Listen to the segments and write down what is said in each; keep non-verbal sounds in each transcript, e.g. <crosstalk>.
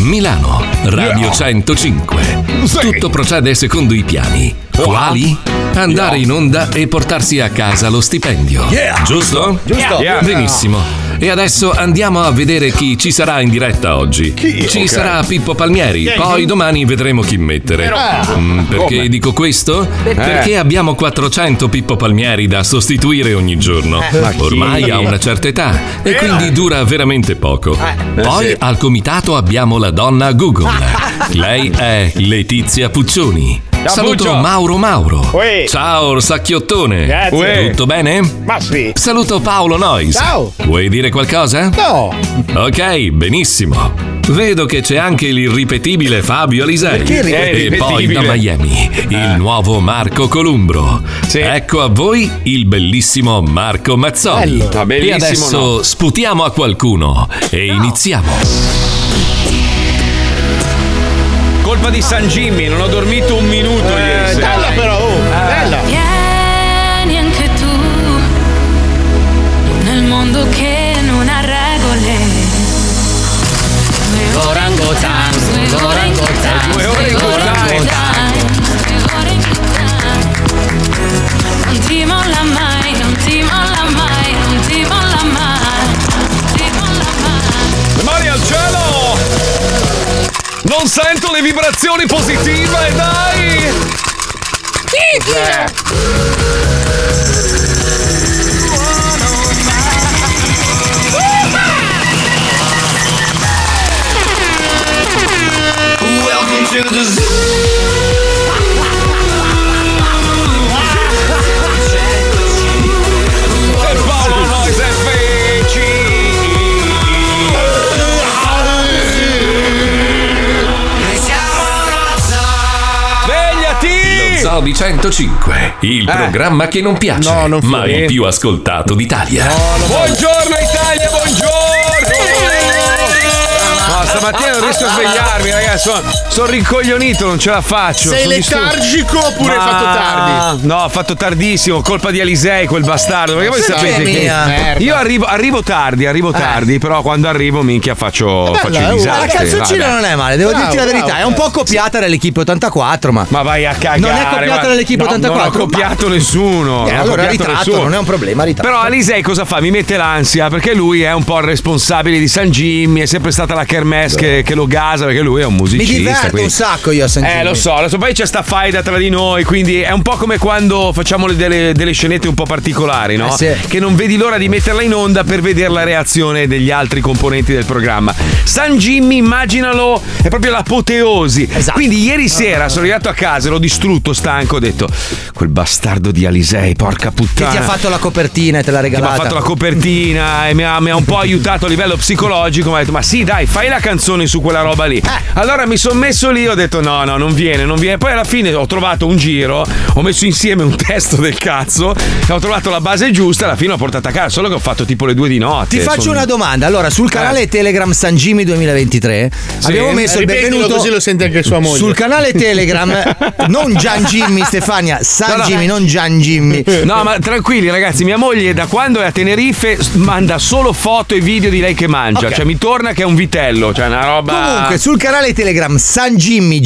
Milano, Radio Yeah. 105. Sì. Tutto procede secondo i piani. Quali? Andare in onda e portarsi a casa lo stipendio. Yeah. Giusto? Giusto. Yeah. Benissimo. E adesso andiamo a vedere chi ci sarà in diretta oggi. Chi? Ci Ok. sarà Pippo Palmieri, Yeah. poi domani vedremo chi mettere. Ah. Mm, perché Come? Eh. dico questo? Perché abbiamo 400 Pippo Palmieri da sostituire ogni giorno. Eh. Ma chi? Ormai ha una certa età e quindi dura veramente poco. Poi sì. al comitato abbiamo la donna Google. Lei è Letizia Puccioni. Saluto Puccio. Mauro Mauro. Uè. Ciao Orsacchiottone. Grazie. Uè. Tutto bene? Ma sì. Saluto Paolo Nois. Ciao. Vuoi dire qualcosa? No. Ok, benissimo. Vedo che c'è anche l'irripetibile Fabio Alisei. Perché E irripetibile? Ah. poi da Miami, il nuovo Marco Columbro. Ecco a voi il bellissimo Marco Mazzoli. Bello. Ma E bellissimo, adesso sputiamo a qualcuno e iniziamo. Colpa di San Jimmy, non ho dormito un minuto ieri sera. Eh, Bella però, oh, bella. Vieni anche tu nel mondo che non ha regole. Due ore in Orangotan, Bhutan, due ore in Bhutan, Due ore in Bhutan. due ore in Bhutan. Non ti molla mai, non ti molla mai, non ti molla mai. non ti molla mai. Le mani al cielo! Non sento le vibrazioni positive, dai! E Paolo Nois è Svegliati! Eh. Zoo di 105, il programma che non piace, No, non ma fuori. il più ascoltato d'Italia. Buongiorno Italia, buongiorno! No, stamattina non riesco a svegliarmi, ragazzi. Sono, sono rincoglionito, non ce la faccio. Sei sono distrutto. letargico oppure hai Ma- fatto tardi? No, ho fatto tardissimo, colpa di Alisei, quel bastardo. Perché voi Sì, sapete sì, che. mia. Io arrivo, arrivo tardi, arrivo tardi, però quando arrivo, minchia, faccio, faccio i Bella, eh, la disastri. canzoncina vabbè. non è male, devo Bravo, dirti la bravo, verità. è un po' copiata dall'equipe 84, ma. Ma vai a cagare. Non è copiata ma- dall'Equipe no, Non 84, ho copiato nessuno. Eh, non ho allora copiato ritratto, nessuno. non è un problema, ritratto. Però Alisei cosa fa? Mi mette l'ansia perché lui è un po' il responsabile di San Jimmy, è sempre stata la kermesse che, che lo gasa perché lui è un mi musicista. diverto quindi- un sacco io a sentire. Eh lo so, lo so, poi c'è sta faida tra di noi, quindi è un po' come quando facciamo le- delle, delle scenette un po' particolari, no? Eh, sì. Che non vedi l'ora di metterla in onda per vedere la reazione degli altri componenti del programma. San Jimmy, immaginalo, è proprio l'apoteosi. Esatto. Quindi ieri sera sono arrivato a casa, l'ho distrutto, stanco, ho detto, quel bastardo di Alisei, porca Che puttana. ti ha fatto la copertina e te l'ha Che mi regalata. Cioè, ha fatto la copertina e mi ha, mi ha un po' aiutato a livello psicologico. Mi ha detto: Ma sì, dai, fai la canzone su quella roba lì. Eh. Allora mi sono messo lì, ho detto: No, no, non viene, non viene. Poi alla fine ho trovato un giro, ho messo insieme un <laughs> testo del cazzo, e ho trovato la base giusta. Alla fine l'ho portata a casa. Solo che ho fatto tipo le due di notte. Ti faccio Sono- Eh. una domanda. Allora, sul canale Telegram San Jimmy 2023 abbiamo messo il Ripetilo, benvenuto. così lo sente anche sua moglie. Sul <laughs> canale Telegram, non Gian Jimmy, Stefania, San No, no. Jimmy, non Gian Jimmy. No, ma tranquilli ragazzi, mia moglie da quando è a Tenerife s- manda solo foto e video di lei che mangia. Cioè mi torna che è un vitello, cioè una roba. Ah. Comunque, sul canale Telegram San Jimmy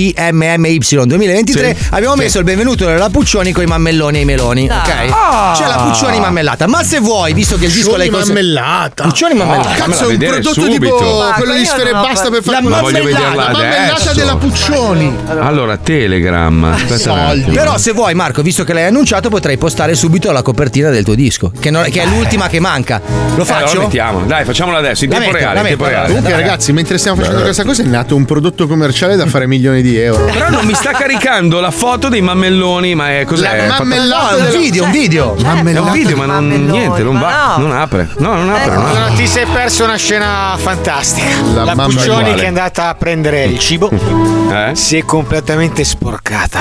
J-I-M-M-Y 2023 Sì. abbiamo messo il benvenuto della Puccioni con i mammelloni e i meloni. Ok? Ah. C'è la Puccioni mammellata. Ma se vuoi, visto che il disco l'hai Puccioni cons- mammellata. Ah. Puccioni mammellata. fammela Cazzo, è un Ah, vedere prodotto subito. tipo Ma quello di Sfere Basta per fare La Ma voglio mammellata, vederla la mammellata adesso. della Puccioni. Allora, Telegram. Aspetta un attimo. Però se vuoi Marco, visto che l'hai annunciato, potrei postare subito la copertina del tuo disco, che, non- che è l'ultima che manca. Lo Eh, allora faccio? mettiamo. Dai, facciamolo adesso, in La tempo metto, reale. la in metto, tempo reale. Comunque, ragazzi, mentre stiamo facendo questa cosa, è nato un prodotto commerciale da fare milioni di euro. Però non mi sta caricando la foto dei mammelloni, ma è cos'è? È La fatto- No, mammellata è un della video, un video. È un video, ma non, niente, non va. Non apre. No, non apre. non apre. Allora, Ecco. ti sei perso una scena fantastica. La La, mamma Puccioni uguale. che è andata a prendere il cibo Eh? si è completamente sporcata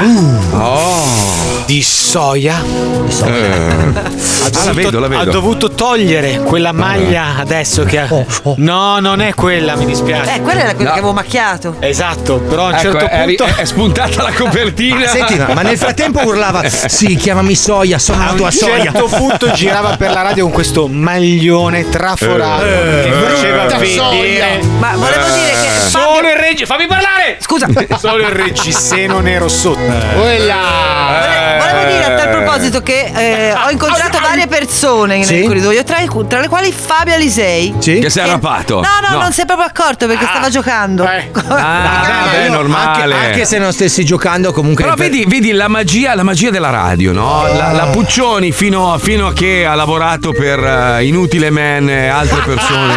Oh. di soia. Eh. Ha Ah, la vedo, la ha vedo. dovuto togliere quella maglia adesso che ha. No, non è quella, mi dispiace. Eh, quella era quella No. che avevo macchiato. Esatto, però a un Ecco, certo è, ri- punto. è spuntata la copertina. Ah, <laughs> Senti, ma nel frattempo <laughs> urlava: Sì, chiamami soia, sono A la tua un soia. certo punto girava per la radio con questo maglione traforato che faceva Eh. brutta soia. vedere Ah, Eh. Eh. Ma volevo dire che Fabio solo legge, fammi parlare! Scusa. <laughs> Solo il reggiseno nero sotto. Eh. Vole- Volevo dire a tal proposito che eh, Ah, ho incontrato varie persone nel Sì. corridoio, tra, i cu- tra le quali Fabio Alisei. Sì. Che si è arrapato. No, no, No. non si è proprio accorto Ah. perché stava giocando. Eh. <laughs> Ah, Vabbè, è normale. Eh, Anche, anche se non stessi giocando, comunque. Però vedi, vedi la, magia, la magia della radio, no? La, la Puccioni fino, fino a che ha lavorato per eh, Inutile Man e altre persone.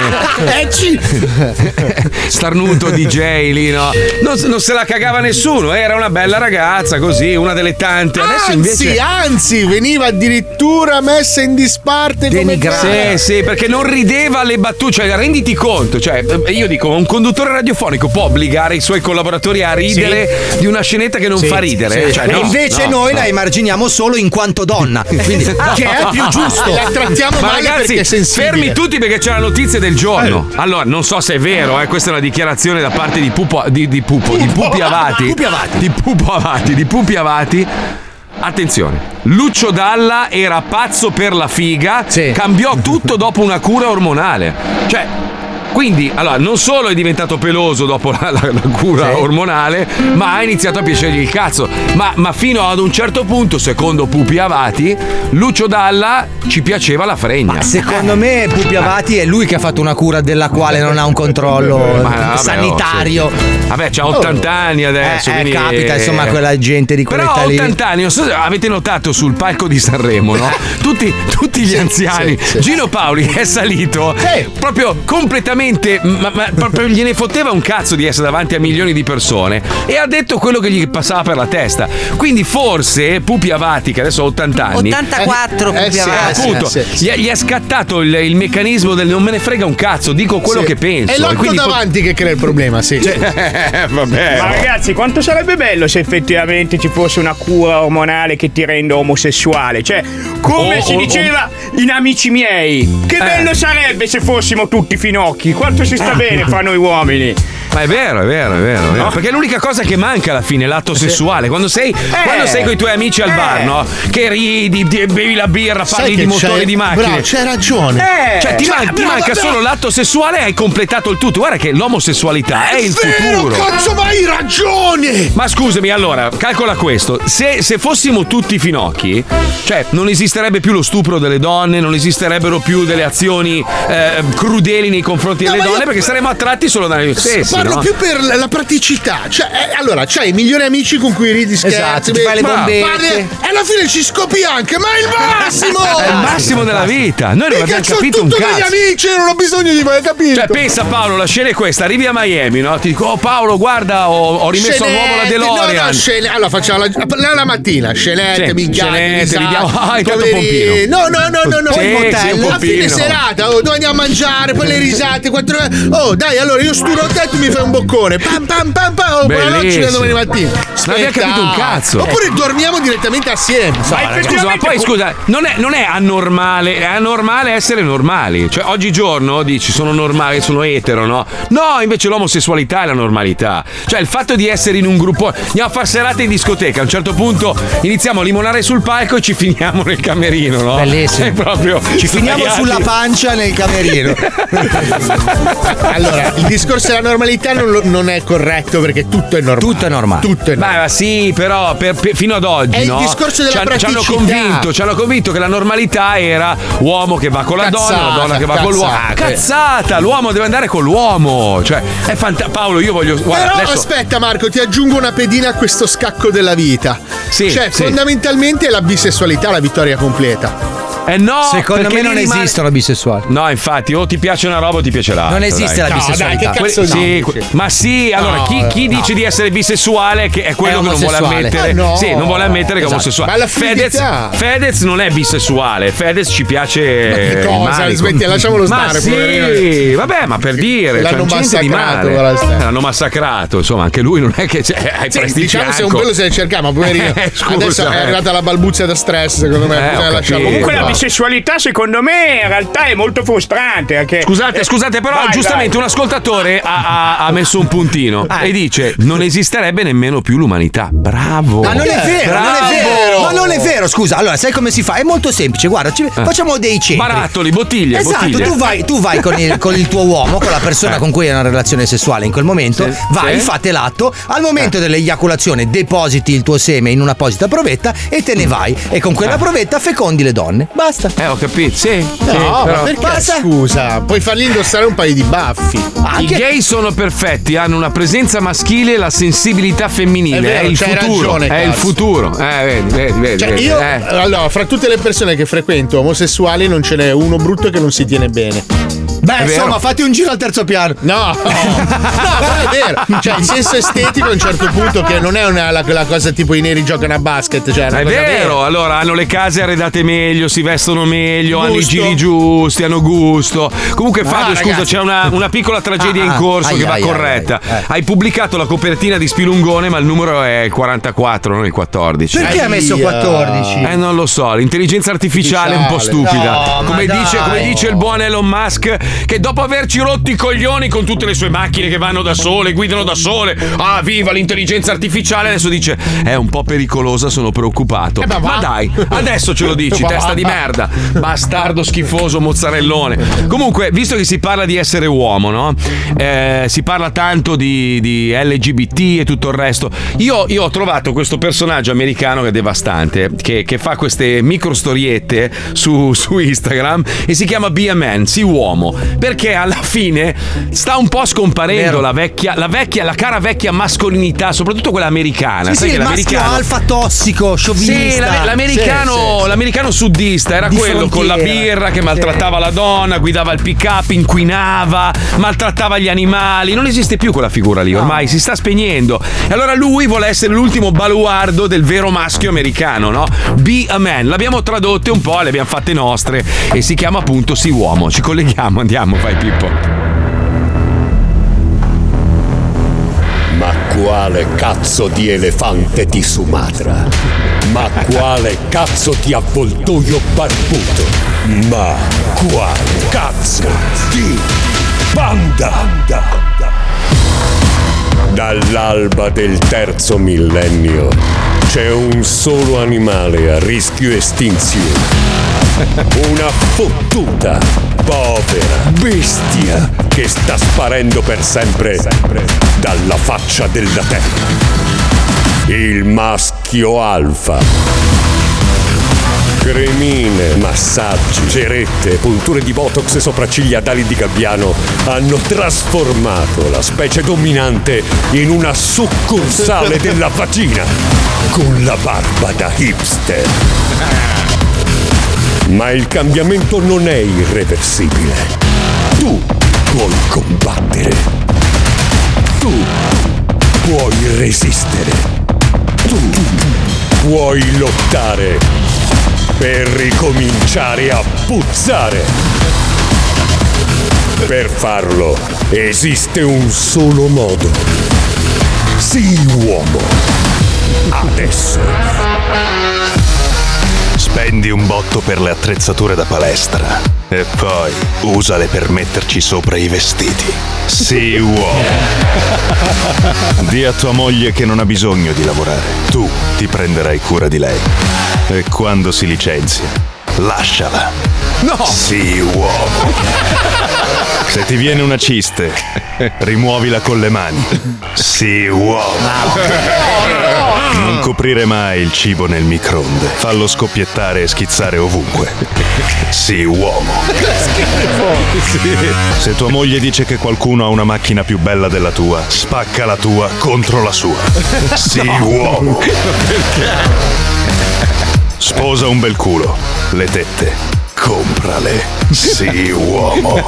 <laughs> <laughs> Starnuto DJ lì, no? Non, non se la cagava nessuno, eh, era una bella ragazza così, una delle tante. Adesso Ah, Anzi, invece. anzi, veniva addirittura messa in disparte come tale. Sì, sì, perché non rideva alle battute, cioè renditi conto, cioè io dico, un conduttore radiofonico può obbligare i suoi collaboratori a ridere di una scenetta che non fa ridere, Sì. Cioè, no, Invece no, noi no. la emarginiamo solo in quanto donna. <laughs> Quindi, No. <laughs> Che è più giusto. <laughs> La trattiamo Ma male ragazzi, perché è sensibile. Fermi tutti perché c'è la notizia del giorno. Allora, non so se è vero, eh, questa è una dichiarazione da parte di Pupo di, di Pupo, di Pupi Avati. Pupi Avati. Di Pupo Avati, di Pupi Avati. Attenzione, Lucio Dalla era pazzo per la figa, cambiò tutto dopo una cura ormonale. Cioè, quindi, allora, non solo è diventato peloso dopo la, la- la cura ormonale, ma ha iniziato a piacergli il cazzo. Ma, ma fino ad un certo punto, secondo Pupi Avati, Lucio Dalla ci piaceva la fregna. Secondo me Pupi Avati è lui che ha fatto una cura della quale non ha un controllo Ma vabbè, oh, sanitario. sì. Vabbè, c'ha 80 anni adesso. Eh, eh, quindi- capita, insomma, quella gente di Però quell'età a lì. 80 anni, non so se avete notato sul palco di Sanremo, <laughs> no? Tutti, tutti gli anziani. Gino Paoli è salito proprio completamente. Ma, ma proprio gliene fotteva un cazzo di essere davanti a milioni di persone. E ha detto quello che gli passava per la testa. Quindi forse Pupi Avati, che adesso ha 80 anni. 84 Eh, più sì, avanti. eh, sì, Appunto, sì, Gli, è- gli è scattato il, il meccanismo del non me ne frega un cazzo, dico quello Sì. che penso. È E l'otto quindi pot- davanti che crea il problema, sì. Cioè, <laughs> vabbè. Ma ragazzi, quanto sarebbe bello se effettivamente ci fosse una cura ormonale che ti renda omosessuale? Cioè, come Oh, si oh, diceva in Amici miei, che Eh. bello sarebbe se fossimo tutti finocchi. Quanto si Eh. sta <laughs> bene fra noi uomini. Ma è vero, è vero, è vero. È vero. Perché è l'unica cosa che manca alla fine è l'atto sessuale. Quando sei, Eh. quando sei con i tuoi amici al bar, no? Che ridi, ti- bevi la birra, Sai parli che di c'hai- motori di macchine. Bravo, c'hai ragione. Eh. Cioè, ti, man- ti bravo, manca bravo. solo l'atto sessuale e hai completato il tutto. Guarda che l'omosessualità è, il vero, futuro. cazzo, ma hai ragione! Ma scusami, allora, calcola questo. Se, se fossimo tutti finocchi, cioè, non esisterebbe più lo stupro delle donne, non esisterebbero più delle azioni eh, crudeli nei confronti No, delle ma io- donne, perché saremmo attratti solo da noi stessi. Parlo no? più per la la praticità. Cioè, eh, allora, c'hai i migliori amici con cui ridi scherzi. Esatto, ti fai le ma- bombette. parli- E alla fine ci scopi anche, ma è il massimo! <laughs> È il massimo della vita. Noi non Mica abbiamo c'ho capito un tutto degli cazzo. amici, non ho bisogno di voi, capito? Cioè, pensa Paolo, la scena è questa, arrivi a Miami, no? Ti dico, oh Paolo, guarda, ho, ho rimesso a nuovo la Scenette, No, DeLorean. no, scene- allora facciamo la, la, la mattina, scenette, Sì, minchiate, scenette, vediamo- Ah, intanto poverini. Pompino. No, no, no, no, no. Sì, Poi il motel, sì, un a fine Pompino. serata, oh, dove andiamo a mangiare, poi le risate, quattro... Oh, dai, allora io sturo te, tu mi fai un boccone. Pam pam pam pam, oh, buonanotte, ci vediamo domani mattina. Non abbiamo Aspetta. capito un cazzo. Oppure dormiamo direttamente assieme. No, raga, scusa, ma poi scusa, non è, non è anormale, è anormale essere normali. Cioè, oggigiorno dici sono normale, sono etero, no? No, invece l'omosessualità è la normalità. Cioè, il fatto di essere in un gruppo. Andiamo a far serate in discoteca. A un certo punto iniziamo a limonare sul palco e ci finiamo nel camerino, no? Bellissimo. È proprio. Ci finiamo sdraiati. sulla pancia nel camerino. <laughs> Allora, il discorso della normalità non, lo- non è corretto perché tutto è normale. Tutto è normale. Tutto è normale. Beh, ma sì, però per- per- fino ad oggi È il no? discorso della Ci hanno praticità. convinto, ci hanno convinto che la normalità era uomo che va con la donna, la Cazzata, donna che va con l'uomo. cazzata. Cazzata, l'uomo deve andare con l'uomo. Cioè, è fanta- Paolo, io voglio. Guarda, Però adesso. aspetta Marco, ti aggiungo una pedina a questo scacco della vita. Sì, cioè, sì. fondamentalmente è la bisessualità la vittoria completa. Eh no, Secondo perché me lì non rimane- esistono bisessuali. No, infatti, o ti piace una roba o ti piacerà. Non esiste la No, dai, bisessualità. che cazzo Que- sì, dici? que- ma sì, allora chi, chi dice di essere bisessuale che è quello È che non vuole omosessuale. ammettere? Ah, no. Sì, non vuole ammettere che è Esatto. omosessuale. Ma la Fedez, fluidità. Fedez non è bisessuale, Fedez ci piace. Ma che cosa? il manico. Smettila, lasciamolo ma stare, sì, poverino. vabbè, ma per dire, L'hanno cioè, non c'è niente di massacrato, male. guarda, stai. L'hanno massacrato, insomma, anche lui non è che cioè, hai Sì, prestigi diciamo se un anco. pelo se ne cercava, poverino. <laughs> Eh, scusa, Adesso è eh. arrivata la balbuzia da stress, secondo me. Cioè, Eh, ho bisogna lasciarlo. capito. Comunque Eh, la vabbè. l'omosessualità, secondo me, in realtà è molto frustrante. Perché... Scusate, eh, scusate, però vai, giustamente un ascoltatore ha, ha- ha messo un <laughs> puntino Eh. e dice: Non esisterebbe nemmeno più l'umanità. Bravo. Ma non Eh, è vero, non è vero. Ma non è vero, scusa. Allora, sai come si fa? È molto semplice. Guarda, Eh. ci- facciamo dei centri. Barattoli, bottiglie, Esatto, bottiglie. Eh. tu vai, tu vai con, il, con il tuo uomo, con la persona con cui hai una relazione sessuale in quel momento, Sì, vai, sì. Eh. fate l'atto, al momento dell'eiaculazione depositi il tuo seme in un'apposita provetta e te ne vai. E con quella provetta fecondi le donne. Basta. Mm. Eh, ho capito, sì. No, sì, ma però- perché? Passa. Scusa, puoi fargli indossare un paio di <laughs> baffi. I gay sono perfetti, hanno una presenza maschile e la sensibilità femminile. È È, vero, il c'hai futuro. ragione, è il cazzo. futuro. Eh, vedi, vedi, vedi. Cioè, vedi, io, eh. allora, fra tutte le persone che frequento omosessuali, non ce n'è uno brutto che non si tiene bene. Beh, vero. insomma, fate un giro al terzo piano. <laughs> No, no, però è vero. Cioè, il senso estetico a un certo punto che non è una, la, la cosa tipo i neri giocano a basket. Cioè, è una È cosa vera. vero, allora hanno le case arredate meglio, si vestono meglio, hanno i Gusto. giri giusti, hanno gusto. Comunque, Fabio, scusa, ragazzi. c'è una, una piccola tragedia Ah, in ah, corso ai, che va ai, ai, corretta. ai, eh. Hai pubblicato la copertina di Spilungone, ma il numero è il 44, non il 14. Perché ha messo Aia. 14? Eh, non lo so, l'intelligenza artificiale è un po' stupida. No, come, ma dice, dai. come dice il buon Elon Musk, che dopo averci rotto i coglioni con tutte le sue <laughs> macchine che vanno da sole, guidano da sole, ah, viva l'intelligenza artificiale, adesso dice: È un po' pericolosa, sono preoccupato. Eh, ma ma, va. dai, adesso ce lo dici, Ma testa <laughs> va. di merda, bastardo schifoso, mozzarellone. Comunque, visto che si parla di essere uomo, no? Eh, si parla tanto di, di LGBT e tutto il resto. Io, io ho trovato questo personaggio americano che è devastante, che, che fa queste micro storiette su, su Instagram e si chiama Be a Man, si uomo, perché alla fine sta un po' scomparendo Vero. la vecchia, la vecchia, la cara vecchia mascolinità, soprattutto quella americana. Sì, Sai sì, che il maschio l'americano- alfa tossico, sciovinista. sì, l'ame- l'americano, Sì, sì, sì. l'americano suddista era Di quello con la frontiera. birra che maltrattava la donna, guidava il pick up, inquinava, maltrattava gli animali. Non esiste più quella figura lì, ormai si sta spegnendo. E allora lui vuole essere l'ultimo baluardo del vero maschio americano, no? Be a man. L'abbiamo tradotte un po', le abbiamo fatte nostre e si chiama appunto Si uomo. Ci colleghiamo, andiamo, vai Pippo. Ma quale cazzo di elefante di Sumatra? Ma quale cazzo di avvoltoio barbuto? Ma quale cazzo di panda? Dall'alba del terzo millennio c'è un solo animale a rischio estinzione. Una fottuta, povera bestia che sta sparendo per sempre dalla faccia della terra. Il maschio alfa. Cremine, massaggi, cerette, punture di botox e sopracciglia d'ali di gabbiano hanno trasformato la specie dominante in una succursale della vagina con la barba da hipster. Ma il cambiamento non è irreversibile. Tu puoi combattere. Tu puoi resistere. Tu puoi lottare per ricominciare a puzzare. Per farlo esiste un solo modo. Sii uomo. Adesso. Spendi un botto per le attrezzature da palestra e poi usale per metterci sopra i vestiti. Sii uomo. Di a tua moglie che non ha bisogno di lavorare. Tu ti prenderai cura di lei. E quando si licenzia, lasciala. No! Sii uomo. Se ti viene una ciste, rimuovila con le mani. Sii uomo. Non coprire mai il cibo nel microonde. Fallo scoppiettare e schizzare ovunque. Sii uomo. Se tua moglie dice che qualcuno ha una macchina più bella della tua, spacca la tua contro la sua. Sii uomo. Sposa un bel culo. Le tette. Comprale. Sii uomo.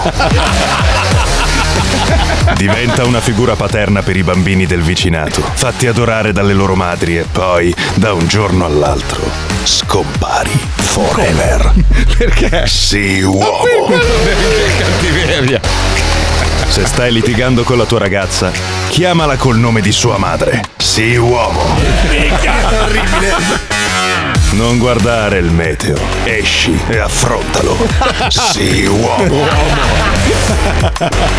Diventa una figura paterna per i bambini del vicinato, fatti adorare dalle loro madri e poi, da un giorno all'altro, scompari. Forever. Perché? Sì, uomo. Se stai litigando con la tua ragazza, chiamala col nome di sua madre. Sì, uomo. Non guardare il meteo. Esci e affrontalo. Sii uomo.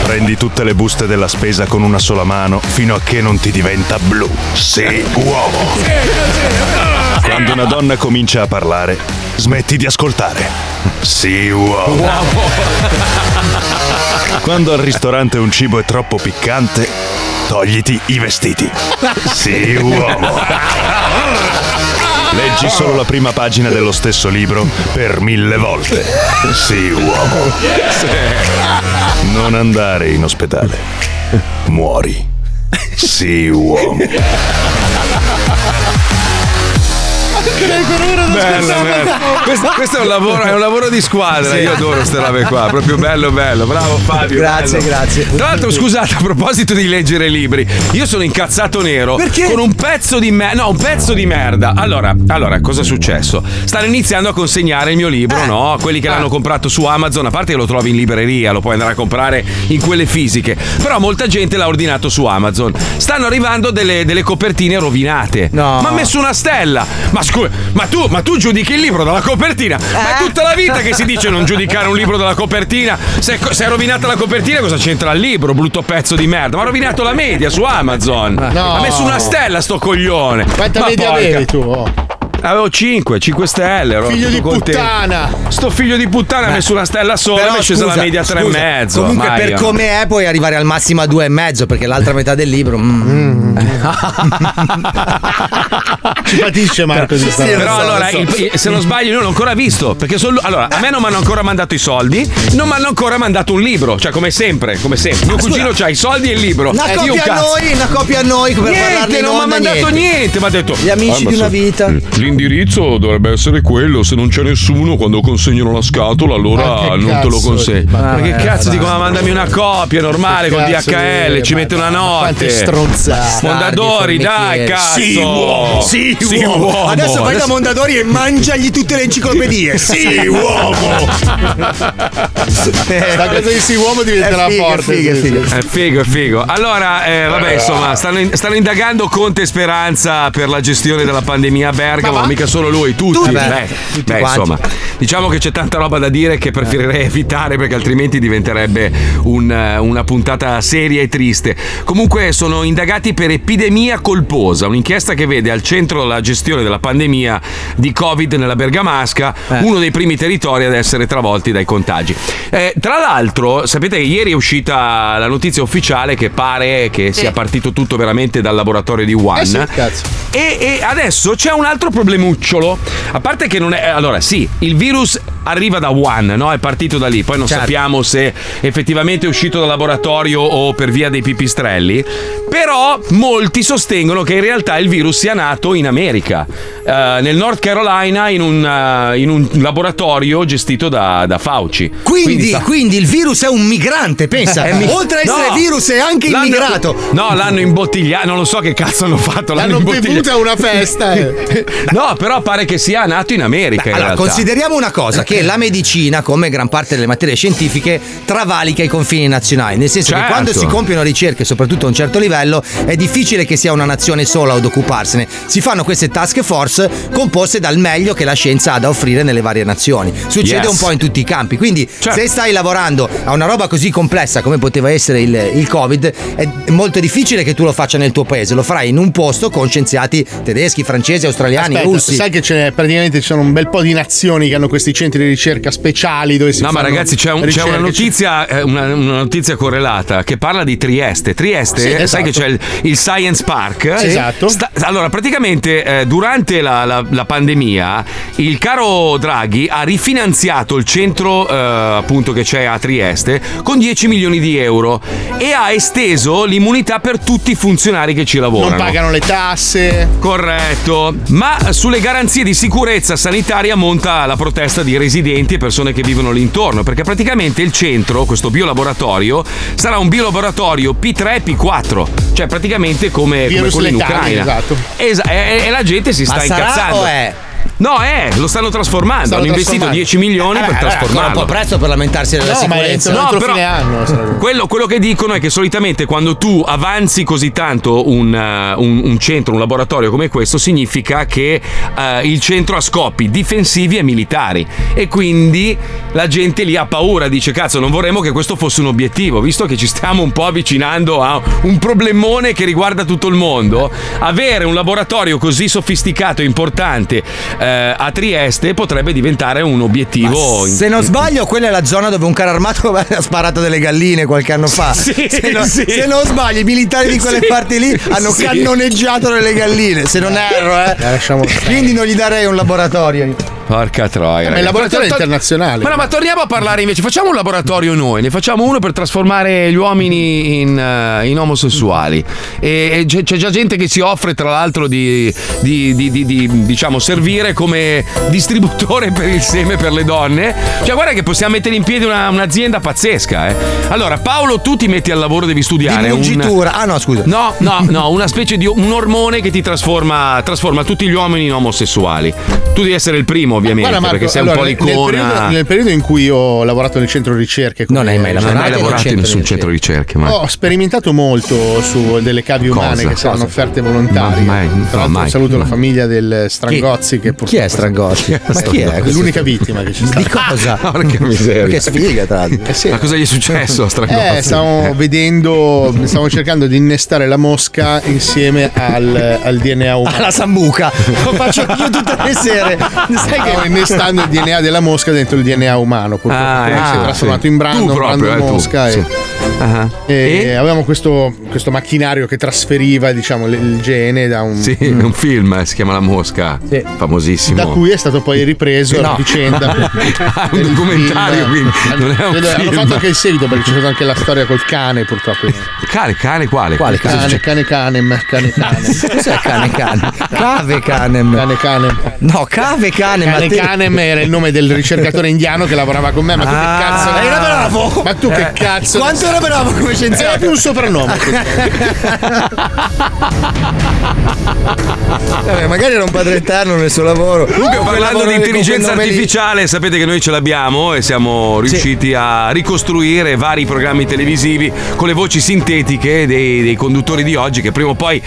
Prendi tutte le buste della spesa con una sola mano fino a che non ti diventa blu. Sii uomo. Quando una donna comincia a parlare, smetti di ascoltare. Sii uomo. Quando al ristorante un cibo è troppo piccante, togliti i vestiti. Sii uomo. Leggi solo la prima pagina dello stesso libro per mille volte. Sii uomo. Non andare in ospedale. Muori. Sii uomo. Bello, bello. Questo, questo è, un lavoro, è un lavoro di squadra. Sì. Io adoro queste robe qua. Proprio bello, bello. Bravo Fabio. Grazie, bello. grazie. Tra l'altro, scusate, a proposito di leggere libri, io sono incazzato nero. Perché? Con un pezzo di merda. No, un pezzo di merda. Allora, allora, cosa è successo? Stanno iniziando a consegnare il mio libro, no? A Quelli che l'hanno comprato su Amazon, a parte che lo trovi in libreria, lo puoi andare a comprare in quelle fisiche. Però molta gente l'ha ordinato su Amazon. Stanno arrivando delle, delle copertine rovinate. No. Ma ha messo una stella. Ma scusa, ma tu, ma tu giudichi il libro dalla copertina? Ma è tutta la vita che si dice non giudicare un libro dalla copertina. Se, se è rovinata la copertina, cosa c'entra il libro? Brutto pezzo di merda. Ma ha rovinato la media su Amazon. Ah, No. Ha messo una stella, sto coglione. Quanta Ma media porca- avevi tu? Oh. Avevo 5, 5 stelle. ero Figlio tutto di contento. puttana. Sto figlio di puttana ha messo una stella sola, Però, mi è scesa scusa, la media 3 scusa, e mezzo. eh. Comunque, per come è, puoi arrivare al massimo a due e mezzo, perché l'altra metà del libro. <laughs> mm. Ci patisce Marco di sta Però cosa. allora, il- se non sbaglio, io non l'ho ancora visto. Perché sono- allora, a me non mi hanno ancora mandato i soldi, non mi hanno ancora mandato un libro. Cioè, come sempre, come sempre. Mio scusa. cugino c'ha i soldi e il libro. Una Eh, io un coppia a cazzo. noi, una coppia a noi. Per parlarne Niente, in non mi ha onda, mandato niente. Mi ha detto: Gli amici Ah, ma di una se- vita. L'indirizzo dovrebbe essere quello, se non c'è nessuno quando consegnano la scatola Ah, Ma allora che non te lo cazzo consegno. dici? Ma che cazzo dico, ma mandami una copia normale Che con cazzo DHL, di- ci ma- mette una ma notte. quante stronzate. Mondadori, dai, cazzo. Sì, uomo. Sì, uomo. Adesso vai da Adesso- Mondadori e mangiagli tutte <laughs> le enciclopedie. Sì, uomo. La cosa di sì uomo diventerà Eh, È figo, forte. è figo, è sì, sì. Eh, È figo, è figo. Allora, eh, vabbè, insomma, stanno, in- stanno indagando Conte e Speranza per la gestione della pandemia a Bergamo, ma mica solo lui, tutti. Tutti. Beh, Tutti beh, quanti. insomma, diciamo che c'è tanta roba da dire che Eh. preferirei evitare perché altrimenti diventerebbe un, eh, una puntata seria e triste. Comunque sono indagati per epidemia colposa, un'inchiesta che vede al centro la gestione della pandemia di Covid nella Bergamasca, Eh. uno dei primi territori ad essere travolti dai contagi. Eh, tra l'altro, sapete che ieri è uscita la notizia ufficiale che pare che sia partito tutto veramente dal laboratorio di Wuhan. Eh sì, cazzo. <laughs> E, e adesso c'è un altro problemucciolo. A parte che non è. Allora, sì, il virus arriva da Wuhan, no? È partito da lì. Poi non sappiamo se effettivamente è uscito dal laboratorio o per via dei pipistrelli. Però molti sostengono che in realtà il virus sia nato in America, eh, nel North Carolina, in un, eh, in un laboratorio gestito da, da Fauci. Quindi, sta- quindi il virus è un migrante, pensa. È Eh, mi- Oltre a essere No! virus è anche L'hanno- immigrato. No, l'hanno imbottigliato. Non lo so che cazzo hanno fatto. L'hanno, L'hanno bevuta imbottigliato. a una festa. eh. <laughs> No, però pare che sia nato in America. in Allora, realtà. consideriamo una cosa, che la medicina, come gran parte delle materie scientifiche, travalica i confini nazionali, nel senso Certo. che quando si compiono ricerche, soprattutto a un certo livello, è difficile che sia una nazione sola ad occuparsene. Si fanno queste task force composte dal meglio che la scienza ha da offrire nelle varie nazioni. Succede Yes. Certo. un po' in tutti i campi, quindi se stai lavorando a una roba così complessa come poteva essere il, il Covid, è molto difficile che tu lo faccia nel tuo paese, lo farai in un posto con scienziati tedeschi, francesi, australiani, Aspetta, russi. sai che c'è praticamente ci sono un bel po' di nazioni che hanno questi centri di ricerca speciali dove si No, ma fanno ragazzi, c'è, un- c'è ricerche, una, notizia, eh, una, una notizia correlata che parla di Trieste. Trieste, Sì, eh, esatto. sai che c'è il, il Science Park. Sì. Esatto. Sta- allora, praticamente eh, durante la, la- la pandemia, il caro Draghi ha rifinanziato il centro eh, appunto che c'è a Trieste con 10 milioni di euro e ha esteso l'immunità per tutti i funzionari che ci lavorano. Non pagano le tasse. Corretto, ma sulle garanzie di sicurezza sanitaria monta la protesta di residenti e persone che vivono l'intorno, perché praticamente il centro, questo biolaboratorio, sarà un biolaboratorio P3 e P4, cioè praticamente come, come Virus quello in letali, Ucraina. esatto. Esa- e, e la gente si Ma sta sarà incazzando. o è? No, eh, lo stanno trasformando. Stanno Hanno investito trasformando. 10 milioni Eh, per allora, trasformarlo. ancora un po' presto per lamentarsi della No, ma sicurezza. entro- entro fine anno sarebbe. quello, quello che dicono è che solitamente quando tu avanzi così tanto un, eh, un- un centro, un laboratorio come questo, significa che eh, il centro ha scopi difensivi e militari. E quindi la gente lì ha paura, dice cazzo, non vorremmo che questo fosse un obiettivo, visto che ci stiamo un po' avvicinando a un problemone che riguarda tutto il mondo. Avere un laboratorio così sofisticato e importante eh, a Trieste potrebbe diventare un obiettivo. in- Se non sbaglio, quella è la zona dove un carro armato <laughs> ha sparato delle galline qualche anno fa. Sì, se, non, sì. se non sbaglio, i militari di quelle Sì, parti lì hanno sì. cannoneggiato delle galline. Se non erro, eh. Quindi non gli darei un laboratorio. Porca troia. Ma il ragazzi. laboratorio è Tor- tor- internazionale. Ma no, ma torniamo a parlare invece. Facciamo un laboratorio noi, ne facciamo uno per trasformare gli uomini in, eh, in omosessuali. E, e c'è, c'è già gente che si offre, tra l'altro, di, di- di- di- di, diciamo servire come distributore per il seme per le donne. Cioè, guarda che possiamo mettere in piedi una- un'azienda pazzesca, eh. Allora, Paolo, tu ti metti al lavoro, devi studiare. Di un- mungitura. Ah, no, scusa. No, no, no, una specie di un ormone che ti trasforma, trasforma tutti gli uomini in omosessuali. Tu devi essere il primo, ovviamente, Guarda, Marco, perché sei allora, un po' nel- Nel periodo, l'icona. nel periodo in cui ho lavorato nel centro ricerche, non hai mai non hai mai lavorato in nessun centro ricerche, ma Ho sperimentato molto su delle cavi umane Cosa? che saranno Cosa? offerte volontarie. Ma mai, no, Tra l'altro mai, saluto la mai. famiglia del Strangozzi che purtroppo Chi è Strangozzi? Ma chi è? L'unica vittima che ci sta. Di cosa? Ah, Porca miseria. Che sfiga, tra l'altro. Eh sì. Ma cosa gli è successo a Strangozzi? Eh, stavo vedendo, stavo cercando di innestare la mosca insieme al, al DNA umano. Alla <laughs> sambuca! Lo faccio io tutte le <laughs> sere. Sai che innestando Ah, il DNA della mosca dentro il DNA umano. Purtroppo Ah, Quindi ah, si è trasformato sì. in Tu Brandon, proprio, Brandon eh, tu, Mosca. sì. E, Ah, e avevamo questo, questo macchinario che trasferiva diciamo, l- il gene da un. Sì, è un film eh, si chiama La Mosca, famosissimo. Da cui è stato poi ripreso Certo. No. la vicenda. Ah, <laughs> è un documentario, quindi non è un Vedo- Hanno film. fatto anche il seguito perché c'è stata anche la storia col cane, purtroppo. Cane, cane quale? Quale Cosa cane? succede? Cane canem, <laughs> cane canem. Cos'è cane cane? Cave canem. Cane canem. No, cave canem. Cane ma te- canem era il nome del ricercatore indiano che lavorava con me, ma tu Ah. che cazzo. Era bravo! Ma tu che Eh. cazzo. Quanto era bravo come scienziato? Era più un soprannome. Vabbè, magari era un padre eterno nel suo lavoro. Comunque, parlando di Lavorare con intelligenza quel nome lì. artificiale, sapete che noi ce l'abbiamo e siamo riusciti a ricostruire vari programmi televisivi con le voci sintetiche dei, dei conduttori di oggi che prima o poi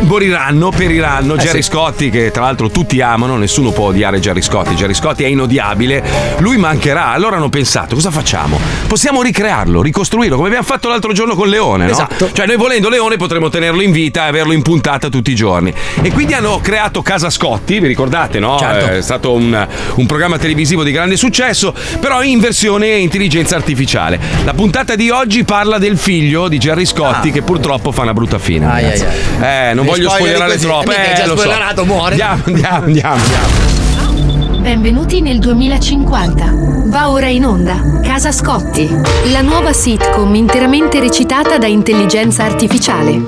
moriranno, periranno. Jerry Scotti, che tra l'altro tutti amano, nessuno può odiare Jerry Scotti. Jerry Scotti è inodiabile, lui mancherà. Allora hanno pensato, cosa facciamo? Possiamo ricrearlo, ricostruirlo, come abbiamo fatto l'altro giorno con Leone, no? Esatto. Cioè, noi volendo Leone potremmo tenerlo in vita e averlo in puntata tutti i giorni. E quindi hanno creato Casa Scotti, vi ricordate, no? Eh, Certo. È stato un, un programma televisivo di grande successo, però in versione intelligenza artificiale. La puntata di oggi parla del figlio di Jerry Scotti che purtroppo fa una brutta fine. Ah. Ai, ragazzi. ai, Eh, non Mi voglio spoileri spoilerare così. troppo. Eh, mica, eh, già lo so. spoilerato, muore. Andiamo, andiamo, andiamo, andiamo. Benvenuti nel 2050. Va ora in onda Casa Scotti, la nuova sitcom interamente recitata da intelligenza artificiale.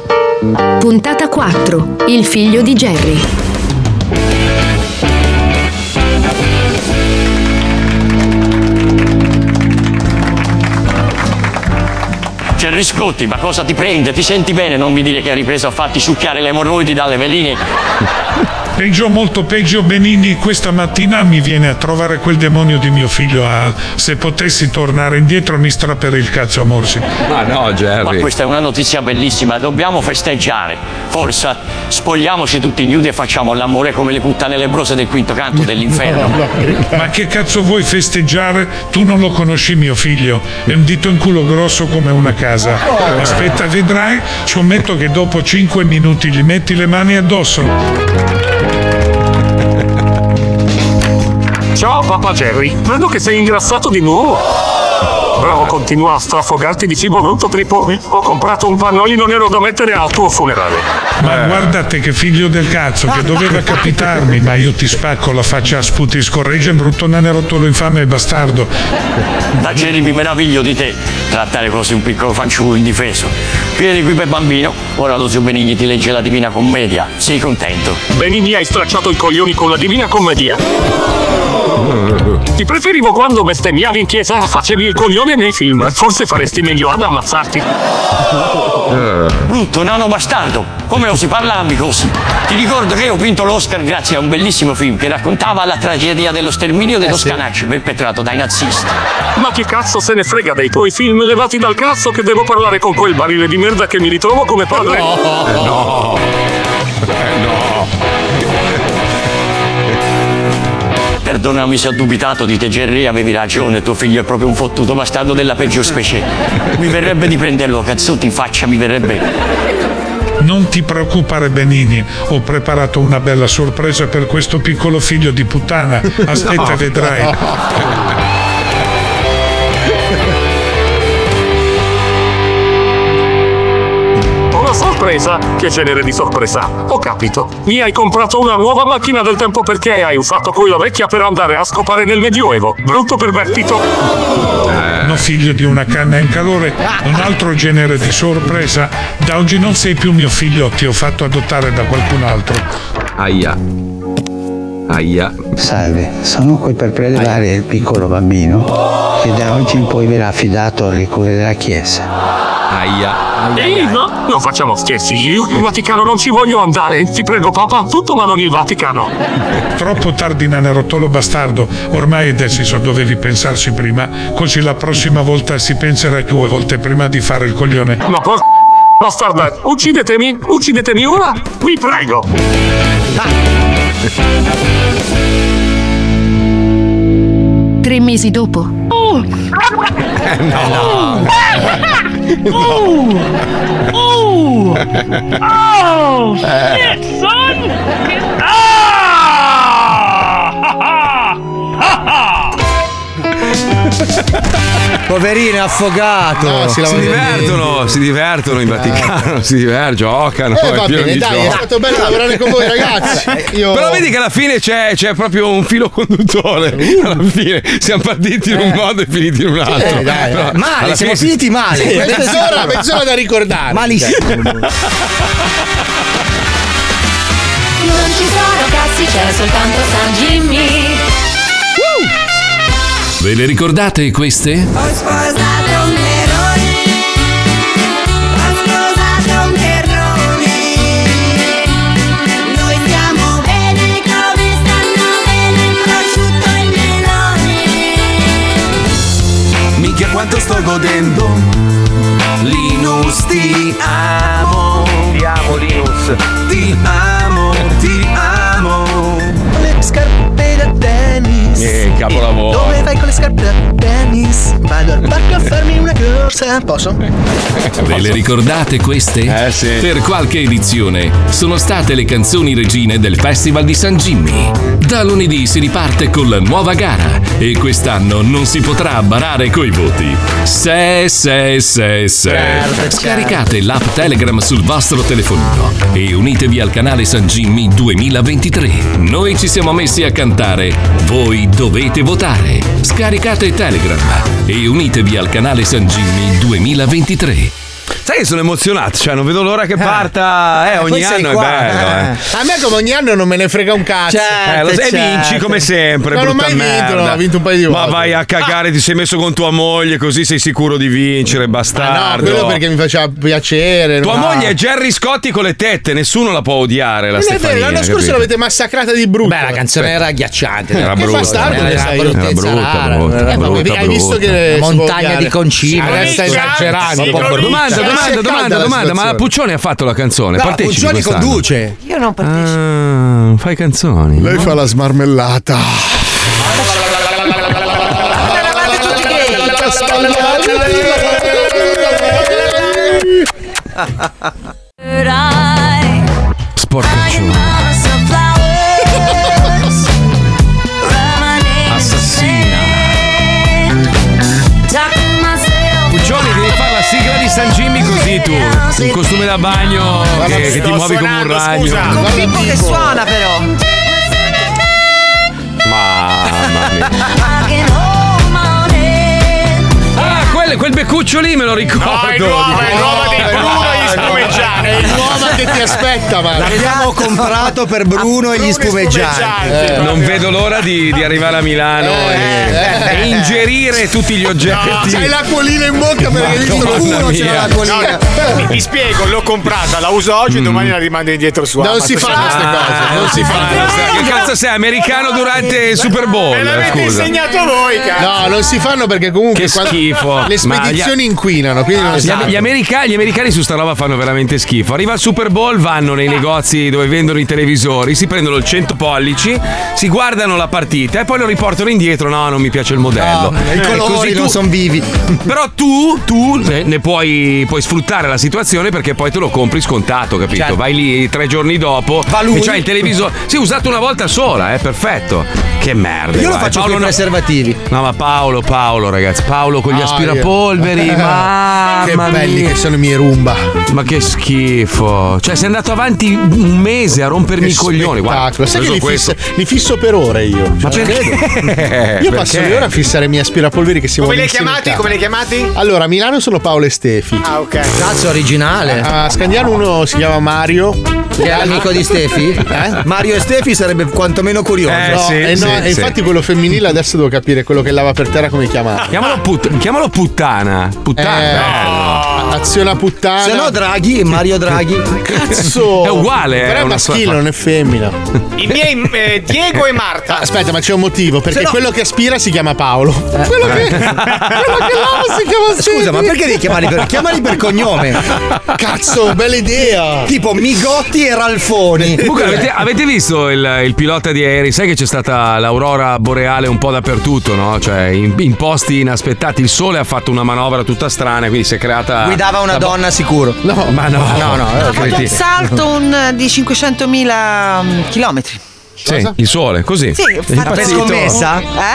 Puntata 4. Il figlio di Jerry. Jerry Scotti, Cioè, ma cosa ti prende? Ti senti bene? Non mi dire che hai ripreso a farti succhiare le emorroidi dalle veline. Peggio, molto peggio, Benigni, questa mattina mi viene a trovare quel demonio di mio figlio a... Se potessi tornare indietro mi strapperei il cazzo a morsi. Ma no, Ma Jerry. questa è una notizia bellissima, dobbiamo festeggiare. Forza, spogliamoci tutti nudi e facciamo l'amore come le puttane lebrose del quinto canto dell'inferno. Ma che cazzo vuoi festeggiare? Tu non lo conosci mio figlio, è un dito in culo grosso come una casa. Aspetta, vedrai, scommetto che dopo 5 minuti gli metti le mani addosso. Ciao papà Jerry, vedo che sei ingrassato di nuovo. Bravo, continua a strafogarti di cibo brutto per i poveri. Ho comprato un pannolino nero da mettere al tuo funerale. Ma guardate che figlio del cazzo, che doveva capitarmi, ma io ti spacco la faccia a sputi scorreggia, brutto nanerottolo infame e bastardo. Da Jerry mi meraviglio di te, trattare così un piccolo fanciullo indifeso. Vieni qui per bambino, ora lo zio Benigni ti legge la Divina Commedia. <laughs> Sei contento? Benigni hai stracciato i coglioni con la divina commedia. Ti preferivo quando bestemmiavi in chiesa facevi il coglione nei film. Forse faresti meglio ad ammazzarti. Brutto nano bastardo, come osi parlarmi così? Ti ricordo che io ho vinto l'Oscar grazie a un bellissimo film che raccontava la tragedia dello sterminio dello Scanacci perpetrato dai nazisti. Ma che cazzo se ne frega dei tuoi film levati dal cazzo che devo parlare con quel barile di merda che mi ritrovo come padre? No. No. Eh, no. Perdonami se ho dubitato di te, Gerry, avevi ragione, tuo figlio è proprio un fottuto bastardo della peggior specie. Mi verrebbe di prenderlo a cazzotti in faccia, mi verrebbe. Non ti preoccupare Benini, ho preparato una bella sorpresa per questo piccolo figlio di puttana. Aspetta, No. vedrai. Una sorpresa? Che genere di sorpresa? Ho capito. Mi hai comprato una nuova macchina del tempo perché hai usato quella vecchia per andare a scopare nel Medioevo. Brutto pervertito. No, figlio di una canna in calore, un altro genere di sorpresa. Da oggi non sei più mio figlio, ti ho fatto adottare da qualcun altro. Aia. Aia. Salve, sono qui per prelevare il piccolo bambino che da oggi in poi verrà affidato alle cure della chiesa. Aia. Ehi, no, non facciamo scherzi. Io in Vaticano non ci voglio andare. Ti prego, papà, tutto ma non il Vaticano. Troppo tardi, nanerottolo bastardo. Ormai adesso so dovevi pensarci prima, così la prossima volta si penserà due volte prima di fare il coglione. Ma porca bastarda, uccidetemi, uccidetemi ora, vi prego. <laughs> Tre mesi dopo. Eh, no. Eh, Eh, Oh. Oh. Eh. Shit, son. Poverino, è affogato. si divertono, si divertono Eh, in Vaticano, si divertono, giocano. Eh, è va pieno bene, di dai, è gioco. stato bello lavorare con voi, <laughs> ragazzi. Io- Però vedi che alla fine c'è, c'è proprio un filo conduttore. Uh. <laughs> Alla fine siamo partiti in Eh. un modo e finiti in un altro. Eh, dai, Però dai. Male, alla siamo fine si- finiti male. Sì. Questo è Mezz'ora, sicuro. mezz'ora da ricordare. Malissimo. Non ci sono cazzi, c'è soltanto San Jimmy. Ve le ricordate queste? Ho sposato un errore. Ho sposato un errore. Noi siamo bene come stanno bene il prosciutto e il melone. Minchia quanto sto godendo Linus ti amo Ti amo Linus Ti amo, ti amo le scarpe da tennis. Eh, capolavoro. Dove vai con le scarpe da tennis? Vado al parco a farmi una corsa. Posso? Eh, Ve le ricordate queste? Eh, Per qualche edizione sono state le canzoni regine del Festival di San Jimmy. Da lunedì si riparte con la nuova gara e quest'anno non si potrà barare coi voti. Se, se, se, se. Certo, certo. Scaricate l'app Telegram sul vostro telefonino e unitevi al canale San Jimmy 2023. Noi ci siamo messi a cantare, voi dovete votare. Scaricate Telegram e unitevi al canale San Jimmy 2023. Sai che sono emozionato, cioè non vedo l'ora che parta. Eh, poi ogni sei anno qua. è bello. Eh. A me come ogni anno non me ne frega un cazzo. Eh, lo sai, vinci come sempre. certo, Non ho brutta mai vinto, merda. no, ho vinto un paio di Ma volte. vai a cagare, ti sei messo con tua moglie, così sei sicuro di vincere, Ah, bastardo. quello perché mi faceva piacere. Tua no. moglie è Jerry Scotti con le tette, nessuno la può odiare. La Non è vero, Stefania, l'anno scorso capito? l'avete massacrata di brutto. Beh, la canzone era agghiacciante. Era brutta, era brutta, era brutta, brutta, Eh, ma brutta, Hai visto brutta. che. si può Montagna odiare? di concime. Adesso stai esagerando. Domanda, domanda, domanda, domanda, Ma Puccioni ha fatto la canzone. No, partecipi Puccioni quest'anno. conduce. Io non Ah, fai canzoni. Lei fa la smarmellata. Sporcaccione. Puccioni, devi fare la sigla di San Jimmy così tu. In costume da bagno Guarda, che, che ti sto muovi come un suonando, ragno. scusa. Con Pippo che suona però. Mamma mia. Ah, quel, quel beccuccio lì me lo ricordo. <laughs> No, è nuova, è nuova di Bruno Istrumentale. è l'uomo che ti aspetta, ma L'abbiamo comprato per Bruno e gli spumeggianti. Eh, non vedo l'ora di, di arrivare a Milano Eh. e, e ingerire tutti gli No, oggetti. c'hai l'acquolina in bocca perché lì sul Madonna culo mia. c'era l'acquolina. No, mi, spiego, l'ho comprata, la uso oggi, domani la rimando indietro su Mm. Non Amazon. Cioè, eh, si fanno queste cose, Ah, non si fanno. Che cazzo sei americano durante eh, il Super Bowl? Scusa. voi, cazzo. No, non si fanno perché comunque Che quando- schifo. le Ma gli- Ah, spedizioni inquinano, quindi non Gli, si fanno. gli america- gli americani su sta roba fanno veramente schifo. Arriva il Super Bowl, vanno nei negozi dove vendono i televisori, si prendono il 100 pollici, si guardano la partita e poi lo riportano indietro. No, non mi piace il modello. I Eh, colori così tu- non sono vivi. Però tu, tu Cioè, ne, ne puoi, puoi sfruttare la situazione perché poi te lo compri scontato, capito? Certo. Vai lì tre giorni dopo lui. e c'hai il televisore. Sì, usato una volta sola, eh, perfetto. Che merda. Io lo guarda. faccio con Paolo i no- preservativi. No, ma Paolo, Paolo, ragazzi, Paolo con gli Ah, <laughs> aspirapolveri, io- mamma Che belli mia. che sono i miei rumba. Ma che schifo. Cioè, sei andato avanti un mese a rompermi Che i coglioni. Guarda, spettacolo. Sai ho che preso li, questo. fisso- li fisso per ore io. Ma perché? Io passo Perché? le ore a fissare i miei aspirapolveri che si Come li muovono hai insieme in chiamati? casa. Come li hai chiamati? Allora, a Milano sono Paolo e Stefi. Ah, ok. Cazzo originale. A Scandiano uno si chiama Mario. Eh? Che è amico di Stefi? Mario e Stefi sarebbe quantomeno curioso. no, eh no, e infatti quello femminile adesso devo capire quello che lava per terra come chiamava. Chiamalo, put- chiamalo puttana. Puttana. Azione Eh, puttana. Se no Draghi, Mario Draghi. Cazzo! È uguale, eh, Però è una maschile, sua- non è femmina. I miei eh, Diego e Marta. Aspetta, ma c'è un motivo, perché Se no- quello che aspira si chiama Paolo. <laughs> Quello che. quello che <laughs> lava si chiama Eh. Scusa, ma perché devi chiamarli per, chiamali per <laughs> cognome? Cazzo, bella idea! Tipo Migotti e Ralfoni. Comunque, avete, avete visto il, il pilota di aerei? Sai che c'è stata l'aurora boreale un po' dappertutto, no? Cioè, in, in posti inaspettati. Il sole ha fatto una manovra tutta strana, quindi si è creata. Guidava una la- donna sicuro. No, Ma no, No, no, eh, eh, fatto un credi. <laughs> salto un- di 500.000 chilometri. Sì, il sole, così. Sì, È ho fatto- impazzito. Eh?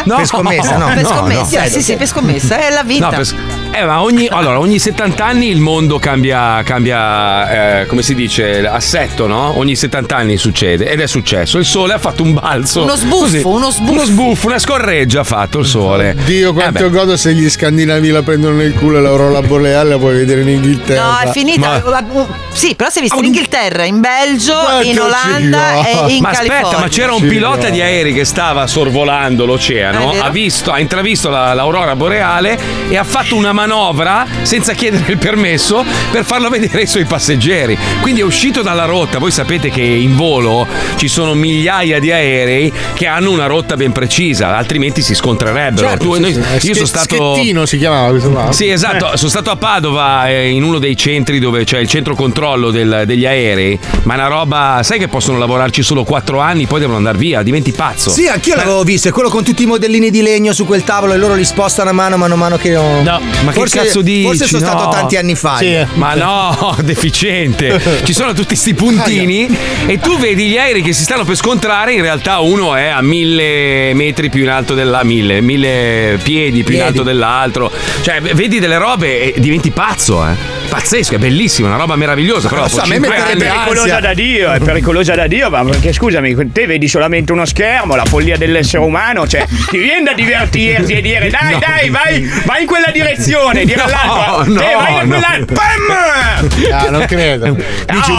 No. Per scommessa, No, Per no, scommessa, no. sì, sì, per scommessa, è la vita. No, per- eh, ma ogni, allora, ogni 70 anni il mondo cambia, cambia, eh, come si dice, assetto, no? Ogni 70 anni succede ed è successo. Il sole ha fatto un balzo. Uno sbuffo, uno sbuffo. Uno sbuffo, una scorreggia ha fatto il sole. Dio quanto Eh beh. godo se gli scandinavi la prendono nel culo e l'aurora boreale la puoi vedere in Inghilterra. No, è finita. uh, Sì, però si è visto in Inghilterra, in Belgio, in che Olanda giro. e in ma California. aspetta, ma c'era un Sì, pilota di aerei che stava sorvolando l'oceano, Ah, È vero. ha, visto, ha intravisto la- l'aurora boreale e ha fatto una manovra senza chiedere il permesso per farlo vedere ai suoi passeggeri. Quindi è uscito dalla rotta. Voi sapete che in volo ci sono migliaia di aerei che hanno una rotta ben precisa, altrimenti si scontrerebbero. Certo, Tu- sì, noi- sì. io Sch- sono stato. Schettino si chiamava questo qua. Sì, esatto. Eh. Sono stato a Padova eh, in uno dei centri dove c'è il centro controllo del- degli aerei. Ma è una roba, sai che possono lavorarci solo 4 anni, poi devono andare via, diventi pazzo. Sì, anch'io l'avevo visto, è quello con tutti i modellini di legno su quel tavolo e loro li spostano a mano mano a mano che no. Ma che forse, cazzo dici? Forse sono No. stato tanti anni fa. io. Ma no, <laughs> deficiente. Ci sono tutti sti puntini e tu vedi gli aerei che si stanno per scontrare, in realtà uno è a mille metri più in alto dell'altro, mille, mille piedi più in alto dell'altro. Cioè, vedi delle robe e diventi pazzo, eh. Pazzesco, è bellissimo, è una roba meravigliosa. Però dopo cinque è anni- pericolosa da Dio, è pericolosa da Dio, ma perché scusami, te vedi solamente uno schermo, la follia dell'essere umano, cioè ti viene da divertirti e dire dai No. dai vai, vai in quella direzione, dire No, all'altro, no, "Eh, vai in no. quell'altra, PAM! Ah, non credo. Dice un No,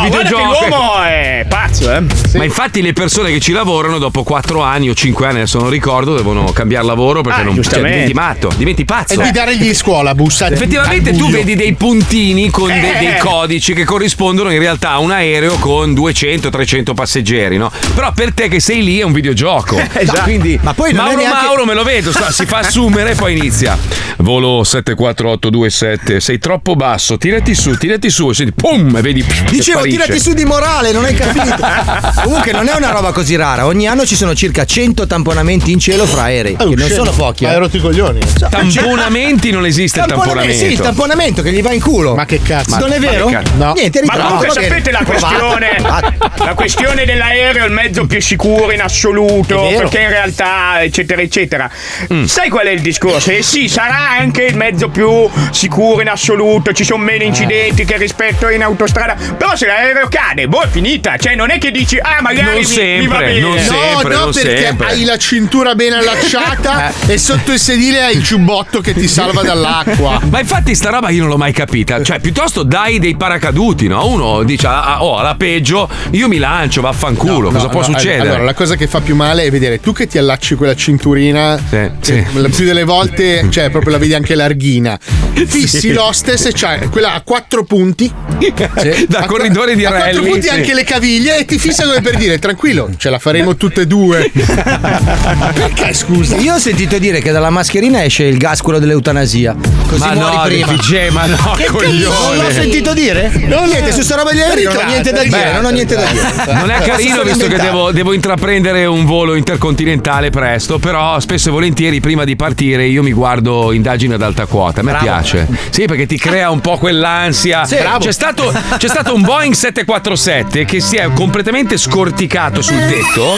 guarda che videogioco. l'uomo Oh, è pazzo, eh. Ma infatti le persone che ci lavorano dopo 4 anni o 5 anni, adesso non ricordo, devono cambiare lavoro perché Ah, non cioè, giustamente. diventi matto, diventi E pazzo. di dare gli scuola, bussate. Effettivamente al tu buio. vedi dei puntini con de- Eh. dei codici che corrispondono in realtà a un aereo con 200-300 passeggeri, no? Però per te che sei lì è un videogioco. <laughs> <laughs> Esatto. Quindi Ma poi non è Mauro neanche- Mauro me lo vedo, sta- si <laughs> fa assumere e poi inizia. Volo 74827, sei troppo basso, tirati su, tirati su, e senti, pum, e vedi. che Dicevo, sparisce. tirati su di morale, non <laughs> hai capito. Comunque non è una roba così rara. Ogni anno ci sono circa 100 tamponamenti in cielo fra aerei, che non sono pochi. Ah, Ma eh. hai rotto i coglioni. Tamponamenti non esiste il Tamponamenti, tamponamento. Sì, il tamponamento che gli va in culo. Ma che cazzo? non è ma vero? che cazzo? No. Niente, Ma ritrovo. comunque Va bene. sapete la Provate. questione, la questione dell'aereo è il mezzo più sicuro in assoluto, È vero. perché in realtà eccetera eccetera. Mm. Sai qual è il discorso? E sì, sarà anche il mezzo più sicuro in assoluto, ci sono Eh. meno incidenti che rispetto in autostrada, però se l'aereo cade, boh è finita, cioè non è che dici ah magari Non mi, mi va sempre, bene. non sempre, no, non perché sempre. Eh. hai la cintura ben <laughs> allacciata e sotto il sedile hai il ciubbotto che ti salva dall'acqua. Ma infatti sta roba io non l'ho mai capita. Cioè, Cioè, piuttosto dai dei paracaduti, no? Uno dice, "Ah, ah, oh, alla peggio, io mi lancio, vaffanculo, <laughs> cosa No, può eh, no, eh, succedere? Allora, la cosa che fa più male è vedere tu che ti allacci quella cinturina, che la- più delle volte, cioè, proprio la vedi anche larghina. <laughs> <laughs> Fissi Sì. l'hostess e c'hai quella a quattro punti. <laughs> Da A- corridore di a quattro rally, punti sì. anche le caviglie e ti fissa come per dire tranquillo, ce la faremo tutte <laughs> e due. Perché scusa? Io ho sentito dire che dalla mascherina esce il gas quello dell'eutanasia. Così Ma muori no, prima. DJ, ma no, Che cazzo, coglione. Non l'ho sentito dire? Non Niente, su sta roba di Henry non ho Ritratto, niente da dire, ritratto. non ho niente da dire. Non è Posso carino solo visto che inventare. devo, devo intraprendere un volo intercontinentale presto, però spesso e volentieri prima di partire io mi guardo indagini ad alta quota, a me Bravo. piace. Sì, perché ti crea un po' quell'ansia. Sì, bravo. c'è, stato, c'è stato un Boeing 747 che si è completamente scorticato sul tetto.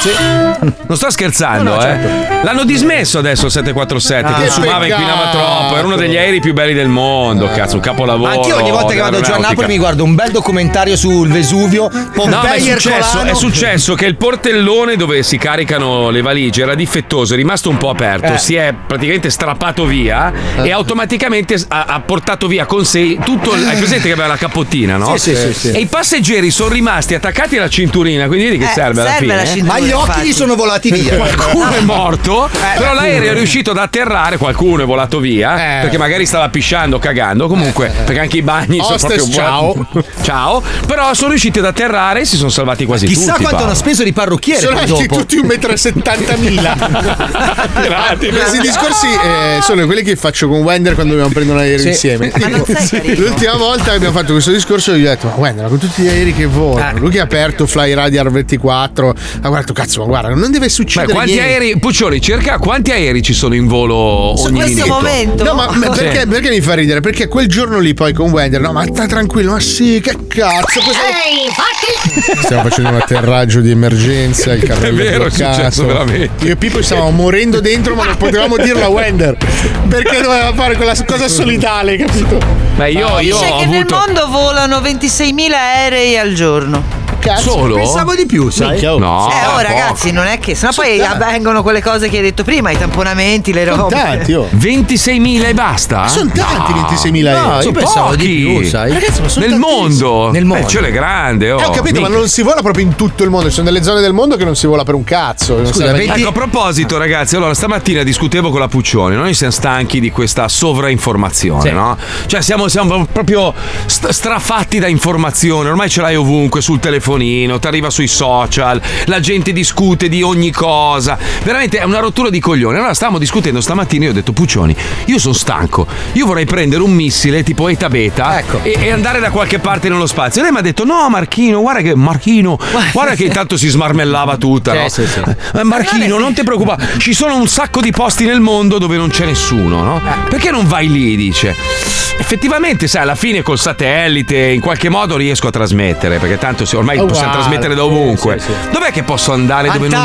Non sto scherzando, No, no, eh. certo. L'hanno dismesso adesso il 747 Ah, che che consumava e peccato. inquinava troppo, era uno degli aerei più belli del mondo, cazzo, un capolavoro. Ma Ah. anch'io ogni volta che vado giù a Napoli dell'aeronautica. mi guardo un bel documentario sul Vesuvio, No, ma è Pompei e successo, Ercolano. è successo che il portellone dove si caricano le valigie era difettoso, è rimasto un po' aperto, Eh. si è praticamente strappato via Eh. e automaticamente s- ha, ha portato via con sé tutto il. Hai presente che aveva la capottina, no? Sì, sì, sì, sì. E i passeggeri sono rimasti attaccati alla cinturina, quindi vedi che Eh, serve alla serve fine. la cintura, Ma gli occhi infatti. gli sono volati via. Qualcuno è morto, Eh, però qualcuno. l'aereo è riuscito ad atterrare, qualcuno è volato Eh. via, perché magari stava pisciando, cagando, comunque, perché anche i bagni sono Hostess, proprio <laughs> Ciao, però sono riusciti ad atterrare e si sono salvati quasi tutti. Chissà quanto Paolo. hanno speso di parrucchiere. Sono poi anche dopo. tutti <laughs> 1,70 m. Questi discorsi eh, sono quelli che faccio con Wender quando dobbiamo prendere un aereo Sì. insieme. Ma non sei carino. L'ultima volta che abbiamo fatto questo discorso, gli ho detto: Ma Wender, ma con tutti gli aerei che volano, Ah. lui che ha aperto Fly Radar 24, ha guardato, cazzo, ma guarda, non deve Beh, succedere. quanti niente." aerei, Puccioli, cerca quanti aerei ci sono in volo ogni minuto. <laughs> No, ma ma Sì. perché, perché mi fa ridere? Perché quel giorno lì poi con Wender, no, ma sta tranquillo, ma sì, che cazzo. cosa- Stiamo facendo un atterraggio di emergenza, il carro È vero, è successo veramente. Io e Pippo stavamo morendo dentro, ma non potevamo dirlo a Wender. Perché doveva fare quella cosa solitale, capito? Beh, Dice che nel mondo volano 26.000 aerei al giorno. Cazzo, Solo? pensavo di più, sai? Minchia, oh. No, eh, oh, poco. ragazzi, non è che. Sennò Sono poi tanti. avvengono quelle cose che hai detto prima, i tamponamenti, le robe. tanti, oh. 26.000 e basta? Sono tanti No. 26.000 euro. No, Io io pensavo pochi. di più, sai? Ragazzi, ma sono Nel tantissimi. mondo. Nel mondo. Eh, cielo è grande, oh. Eh, ho capito, ma Minchia. non si vola proprio in tutto il mondo. Ci sono delle zone del mondo che non si vola per un cazzo. non serve a niente. Ecco, a proposito, ragazzi, allora stamattina discutevo con la Puccioni. Noi siamo stanchi di questa sovrainformazione, Sì. no? Cioè, siamo, siamo proprio st- strafatti da informazione. Ormai ce l'hai ovunque, sul telefonino, ti arriva sui social, la gente discute di ogni cosa. Veramente è una rottura di coglione. Allora, stavamo discutendo stamattina. Io ho detto, Puccioni, io sono stanco. Io vorrei prendere un missile tipo Eta Beta e, e andare da qualche parte nello spazio. E lei mi ha detto, no, Marchino, guarda che Marchino, guarda che intanto si smarmellava tutta. Sì, no? sì, sì. Eh, Marchino, non ti preoccupare, ci sono un sacco di posti nel mondo dove non c'è nessuno, no? Eh. Perché non vai lì? Dice. Effettivamente, sai, alla fine col satellite in qualche modo riesco a trasmettere, perché tanto se- ormai È possiamo uguale, trasmettere da ovunque. Dov'è che posso andare Antartide, dove non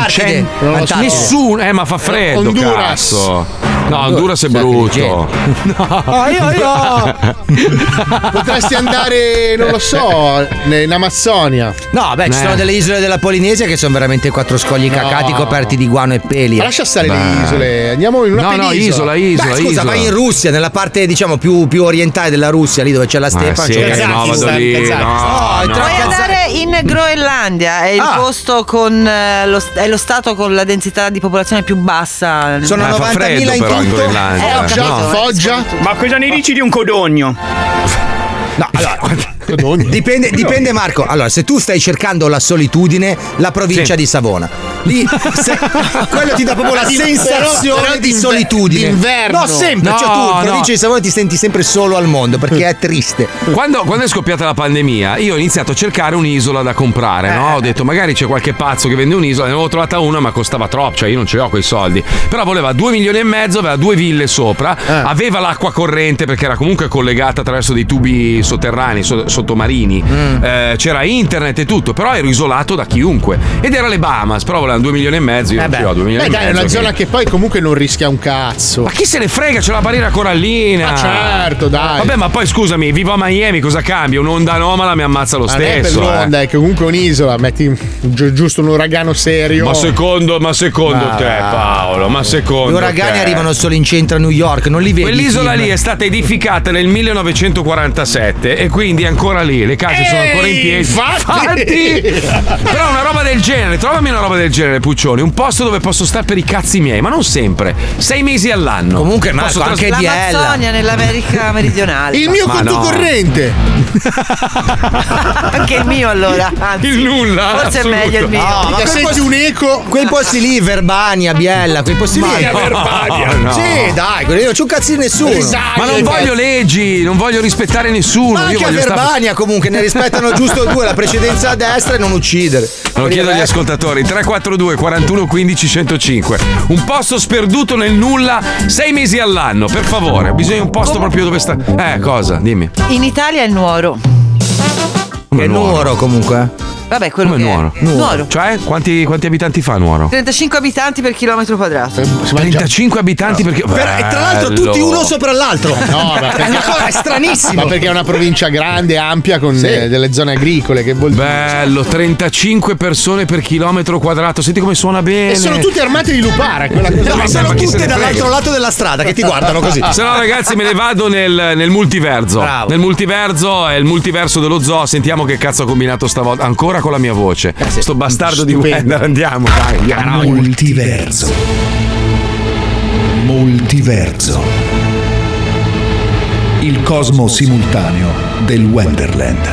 non lo c'è so. nessuno? Eh, ma fa freddo, Honduras. cazzo. No, Honduras è brutto. <laughs> No. Ah, io- <laughs> io- Potresti andare, non lo so, ne- in Amazzonia. No, beh, ci Eh. sono delle isole della Polinesia che sono veramente quattro scogli cacati coperti di guano e peli. Ma lascia stare le isole, andiamo in una No, penisola. no, isola, isola. Beh, scusa, isola. vai in Russia, nella parte diciamo più, più orientale della Russia, lì dove c'è la Ma steppa. sì, c'è no, cazzo. vado lì, no, no. Puoi andare in Groenlandia, è il Ah. posto con eh, lo, è lo stato con la densità di popolazione più bassa. Sono Eh, Eh, fa 90.000 freddo però in Groenlandia. Eh, ho No. capito, eh. Foggia? Ma cosa ne dici di un codogno? No, allora, dipende, dipende Marco. Allora, se tu stai cercando la solitudine, la provincia Sì. di Savona. Lì se- quello ti dà proprio la Però- però sensazione di d'inver- solitudine. d'inverno. No, sempre, cioè tu, No, no. provincia di Savona ti senti sempre solo al mondo perché è triste. Quando, quando è scoppiata la pandemia, io ho iniziato a cercare un'isola da comprare, Eh. no? Ho detto, magari c'è qualche pazzo che vende un'isola, ne avevo trovata una, ma costava troppo, cioè io non ce l'ho quei soldi. Però voleva 2 milioni e mezzo, aveva due ville sopra, Eh. aveva l'acqua corrente perché era comunque collegata attraverso dei tubi sotterranei, so- sottomarini. Mm. Eh, c'era internet e tutto, però ero isolato da chiunque. Ed era le Bahamas, però volevano 2 milioni e mezzo, io Eh non beh. ce l'ho 2 milioni Beh, e dai, è mezzo. una che- zona che poi comunque non rischia un cazzo. Ma chi se ne frega, c'è la barriera corallina. Ma certo, dai. Vabbè, ma poi scusami, vivo a Miami, cosa cambia? Un'onda anomala mi ammazza lo Ma non è Ah, per stesso. eh. l'onda, è che comunque è un'isola, metti gi- giusto un uragano serio. eh. Ma secondo, ma secondo Ma- te, Paolo, ma secondo Gli uragani te? arrivano solo in centro a New York, non li vedi. Quell'isola Tim. lì è stata edificata nel 1947 37 e quindi è ancora lì, le case sono ancora in piedi. infatti. Infatti. Però una roba del genere, trovami una roba del genere, Puccioni, un posto dove posso stare per i cazzi miei, ma non sempre, sei mesi all'anno. Comunque Posso tras- L'Amazzonia nell'America meridionale. Il mio Ma conto no. corrente. <laughs> Anche il mio allora. <laughs> Anzi, il nulla. Forse è meglio il Ah, mio. No, ma quei posti, un eco. Quei posti lì, Verbania, Biella, quei posti lì. Ma no, no. Esatto. Sì, dai, quelli non c'è un cazzo di nessuno. Cioè, ma non voglio leggi, non voglio rispettare nessuno. Ma anche io a voglio stare- Verbania comunque ne rispettano <laughs> giusto due, la precedenza a destra e non uccidere. Eh. Lo chiedo agli ascoltatori 342 41 15 105 Un posto sperduto nel nulla Sei mesi all'anno per favore Bisogna un posto proprio dove sta Eh cosa dimmi In Italia è il Nuoro. È Nuoro comunque eh. Vabbè, quello Come che è. Nuoro? Nuoro. Cioè quanti, quanti abitanti fa Nuoro? 35 abitanti per chilometro quadrato. 35 abitanti perché Per- e tra l'altro tutti uno sopra l'altro. No, <laughs> ma perché- È una cosa- è stranissimo. Ma perché è una provincia grande, ampia, con Sì. eh, delle zone agricole che vuol dire. Bello 35 persone per chilometro quadrato Senti come suona bene E sono tutti armati di lupara, quella cosa. No, lì. ma sono tutte dall'altro lato della strada che ti guardano così. <laughs> Se no, ragazzi, me ne vado nel, nel multiverso. Nel multiverso è il multiverso dello zoo. Sentiamo che cazzo ha combinato stavolta. Ancora con la mia voce. Eh Sto bastardo di Stupendo. Wender. Andiamo, dai. andiamo. Multiverso. Multiverso. Il cosmo simultaneo del Wonderland.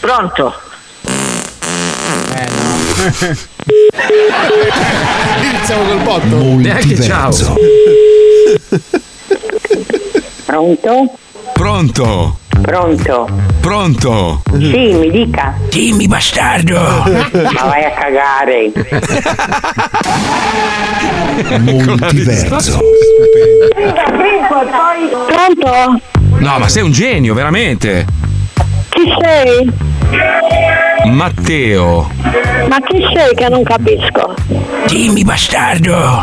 Pronto? Eh, Iniziamo col botto. Multiverso. Pronto? Pronto? Pronto? Pronto? Sì, mi dica. Dimmi, bastardo. Ma vai a cagare. Multiverso. Pronto? No, ma sei un genio, veramente. Chi sei? Matteo. Ma chi sei che non capisco? Dimmi, bastardo.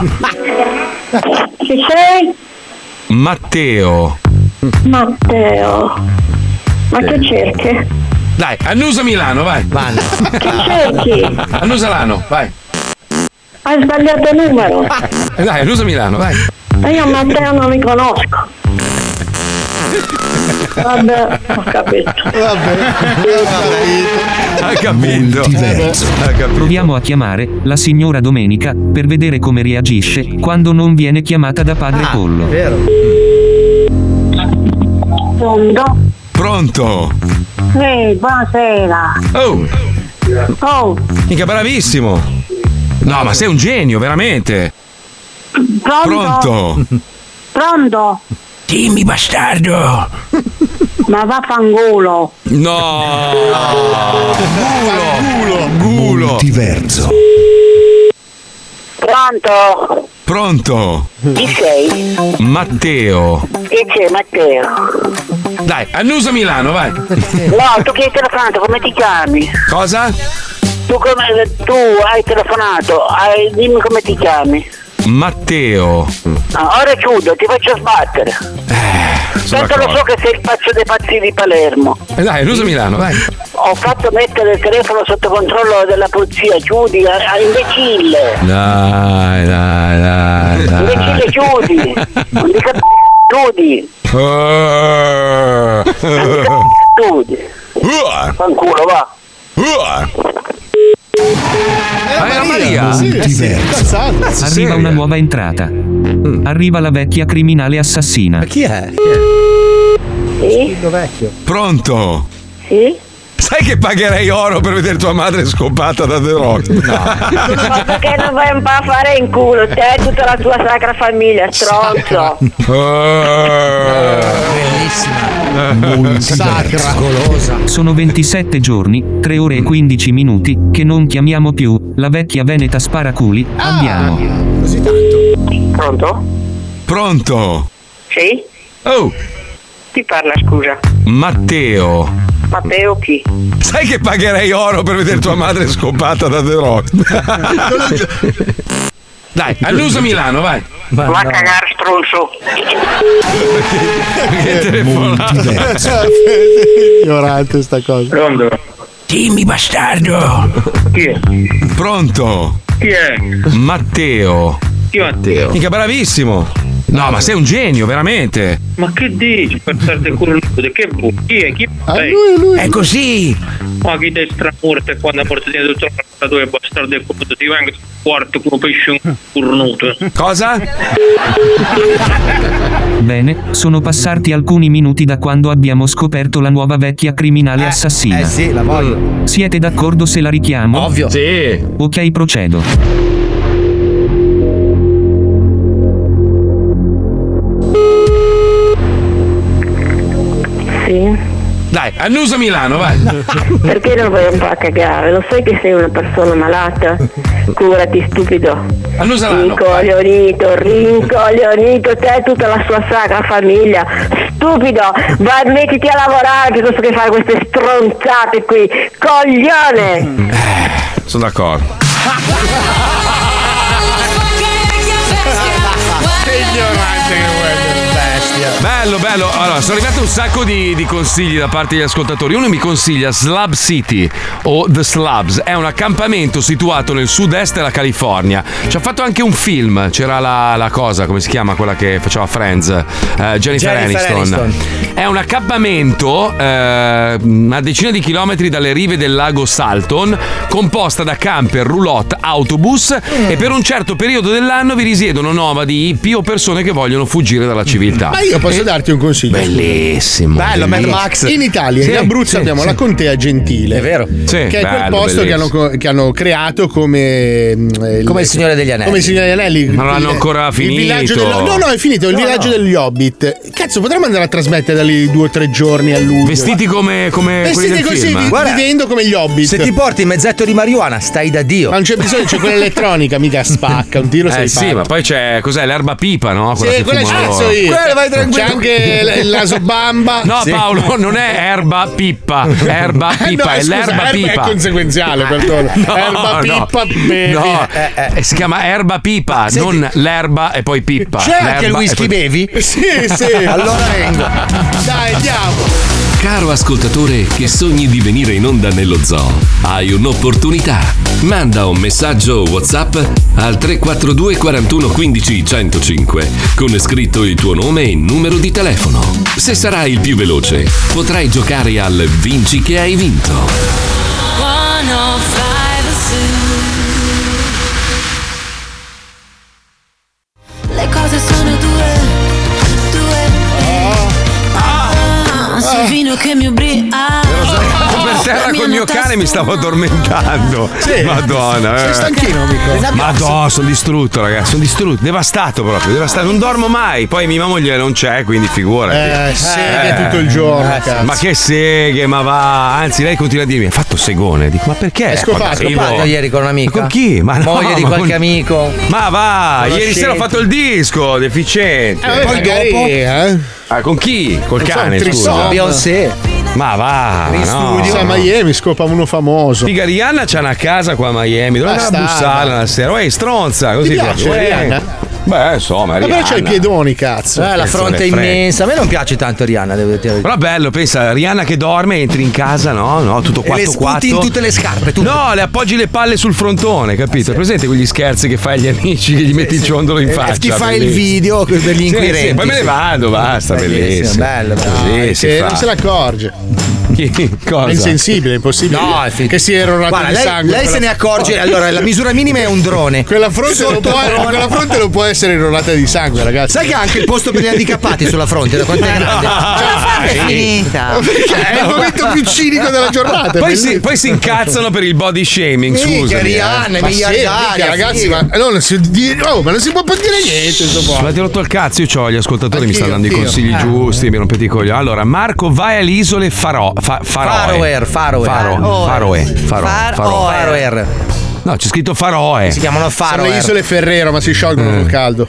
Chi sei? Matteo. Matteo. Ma che cerchi? Dai, annusa Milano, vai. cerchi? Annusa Milano, vai. Eh, Hai sbagliato numero. Dai, annusa Milano, vai. Ma io Matteo non mi conosco. Vabbè, ho capito. Ha capito. Proviamo a chiamare la signora Domenica per vedere come reagisce quando non viene chiamata da padre Ah, Pollo. Pronto? Pronto? Ehi, eh, buonasera. Oh, Oh, mica bravissimo. No, ma sei un genio, veramente. Oh, Pronto? Pronto? Dimmi, bastardo. Ma vaffanculo. No. Gulo. Gulo. Multiverso. Pronto? Pronto? Chi sei? Matteo. Chi c'è Matteo? Dai, annusa Milano, vai. No, tu chi hai telefonato, come ti chiami? Cosa? Tu come tu hai telefonato, hai- dimmi come ti chiami. Matteo. Ah, ora chiudo, ti faccio sbattere. Tanto lo so che sei il pazzo dei pazzi di Palermo. Eh, Dai, annusa Milano, vai. Ho fatto mettere il telefono sotto controllo della polizia, chiudi, ah, ah, imbecille! Dai, dai, dai, Ah. Imbecille dai. chiudi! Non dica p- chiudi! Eh, Chiudi! Fanculo, va! Eh, Era Maria? Arriva una nuova entrata. Arriva la vecchia criminale assassina. Chi è? Sì? vecchio. Pronto? Sì? Sai che pagherei oro per vedere tua madre scopata da The Rock? Ma perché non vai un po' a fare in culo? Te e tutta la tua sacra famiglia, stronzo! Bellissima. Sacra. Sono 27 giorni, 3 ore e 15 minuti, che non chiamiamo più. La vecchia Veneta Sparaculi. Andiamo. Così tanto. Pronto? Pronto? Sì? Oh, Chi parla, scusa? Matteo. Matteo chi? Sai che pagherei oro per vedere tua madre scopata da The <laughs> Rock? Dai, all'uso Milano, vai. Va a cagare, stronzo! Eh, Che <laughs> telefonata. Ignorante sta cosa. Pronto? Dimmi bastardo. Chi è? Pronto? Chi è? Matteo. Chi è Matteo? Mica bravissimo. No, ma sei un genio, veramente. Ma che dici per certe curlute? Che vuoi? Chi è? Chi sei? È così. Ma chi te stramorte quando porti dentro il trappato e bastardo e culo ti vengo sul quarto come pesce un cornuto. Cosa? Bene, sono passati alcuni minuti da quando abbiamo scoperto la nuova vecchia criminale assassina. Mm. eh sì, la voglio. Siete d'accordo se la richiamo? Ovvio. Sì. Ok, procedo. Sì. Dai, annusa Milano, vai. <laughs> Perché non vai un po' a cagare? Lo sai che sei una persona malata? Curati, stupido. Annusa Rincoglionito, rincoglionito, te e tutta la sua sacra famiglia. Stupido, vai, mettiti a lavorare piuttosto che fare queste stronzate qui. Coglione! Eh, Sono d'accordo. Che ignorante che vuoi, bestia. Bello, bello. Allora, sono arrivati un sacco di, di consigli da parte degli ascoltatori. Uno mi consiglia Slab City o The Slabs. È un accampamento situato nel sud-est della California. Ci ha fatto anche un film. C'era la, la cosa, come si chiama quella che faceva Friends? Eh, Jennifer, Jennifer Aniston. È un accappamento eh, una decina di chilometri dalle rive del lago Salton, composta da camper, roulotte, autobus e per un certo periodo dell'anno vi risiedono nomadi, hippie o persone che vogliono fuggire dalla civiltà. Ma io posso darti un consiglio. Eh, Bellissimo. Bello, Mad Max. In Italia, Sì, in Abruzzo sì, abbiamo sì. la contea gentile. È vero. Sì, che è quel bello, posto che bellissimo. hanno, co- che hanno creato come. mm, Come il Signore degli Anelli. Come il Signore degli Anelli. Ma non l'hanno Il- ancora il finito. villaggio del- no, no, è finito. Il No, villaggio no. degli Hobbit. Cazzo, potremmo andare a trasmettere da lì due o tre giorni a luglio. Vestiti come, come quelli Vestiti del così, film. vi- vivendo come gli Hobbit. Se ti porti mezzetto di marijuana, stai da Dio. Ma non c'è bisogno, c'è <laughs> quella elettronica, mica spacca. Un tiro eh sei sì, fatto. ma poi c'è cos'è l'erba pipa, no? Sì, che quella fumano ci loro. cazzo io. C'è anche l- il naso bamba. No, Sì. <laughs> Paolo, non è erba pippa, erba Eh, pippa, no, è scusa, l'erba erba pipa. È conseguenziale, perdono. No, no. erba pippa, bevi. Eh, No, eh, si chiama erba pipa, non l'erba e poi pippa. C'è L'erba anche il e whisky poi- <laughs> bevi? Sì, sì. Allora vengo. Dai, andiamo. Caro ascoltatore che sogni di venire in onda nello zoo, hai un'opportunità. Manda un messaggio WhatsApp al 342 41 15 105 con scritto il tuo nome e numero di telefono. Se sarai il più veloce, potrai giocare al Vinci che hai vinto. oh Le cose sono due, due. eh. Ah, sul vino che mi ubriaca. Per terra col mio cane mi stavo addormentando. Sì. Madonna. Sei eh. stanchino, amico? Madonna, sono distrutto, ragazzi. Sono distrutto, devastato proprio. Devastato. Non dormo mai. Poi mia moglie non c'è, quindi figurati. Eh, seghe tutto il giorno, cazzo. Ma che seghe, ma va. Anzi, lei continua a dirmi: hai fatto segone. Dico, ma perché? È scopato, Arrivo- scopato ieri con un amico. Ma Con chi? Ma no, Moglie di ma qualche con- amico. Ma va, ieri Conoscente. sera ho fatto il disco, deficiente. Eh, Poi magari, dopo- eh. Ah, con chi? Col Non so, cane, Tristan. scusa. Beyoncé. Ma va. In no. studio a Miami scopa uno famoso. Figa Rihanna c'ha una casa qua a Miami, dove andare a Bastarda. bussare la sera? Uè, stronza, così Ah, Ti piace proprio. Eh. Rihanna? Beh, insomma, Ma però Rihanna. c'ha i piedoni, cazzo. Eh, la Cazzo fronte è ne frega. immensa. A me non piace tanto Rihanna, devo dire. Però bello, pensa, Rihanna che dorme, entri in casa, no? No, tutto E le quatto sputi quatto. in tutte le scarpe, tutto. No, le appoggi le palle sul frontone, Ah, capito? È Presente quegli scherzi che fai agli amici che gli metti il ciondolo Eh, in E faccia. ti fai il bellissimo. video degli Sì, sì, inquirenti, poi me ne sì. vado, basta, Bellissimo, bellissimo. bello, bello. Così Che si non fa. se ne accorge. Chi? Cosa? È insensibile, è impossibile. No, è che si è errorato Guarda, di lei- sangue. lei se ne <laughs> accorge- allora, la misura minima è un drone. Quella fronte, non può, Sotto- quella fronte non può essere errorata di sangue, ragazzi. Eh, Sai che ha anche il posto per gli handicappati sulla fronte, da quanto è grande? Cioè, La fronte è finita. <laughs> Perché Cioè, è il momento più cinico della giornata. è Poi bellissimo. si, poi si incazzano per il body shaming, eh. Minchia, scusa. Rihanna, miliardaria, ragazzi, ma, no, non si, di- oh, ma non si può più dire niente. sto qua. Ma ti ho rotto il cazzo, io ho gli ascoltatori, mi stanno dando i anch'io. consigli Ah. giusti, mi rompete i coglioni. Allora, Marco, vai alle isole Faro, fa, Faroe. Faroer, Faroe. Faro- Faroe. Faro- Faroe. Faroer. No, c'è scritto Faroe. Si chiamano Eh. Sono Faroe. le isole Ferrero, ma si sciolgono col caldo.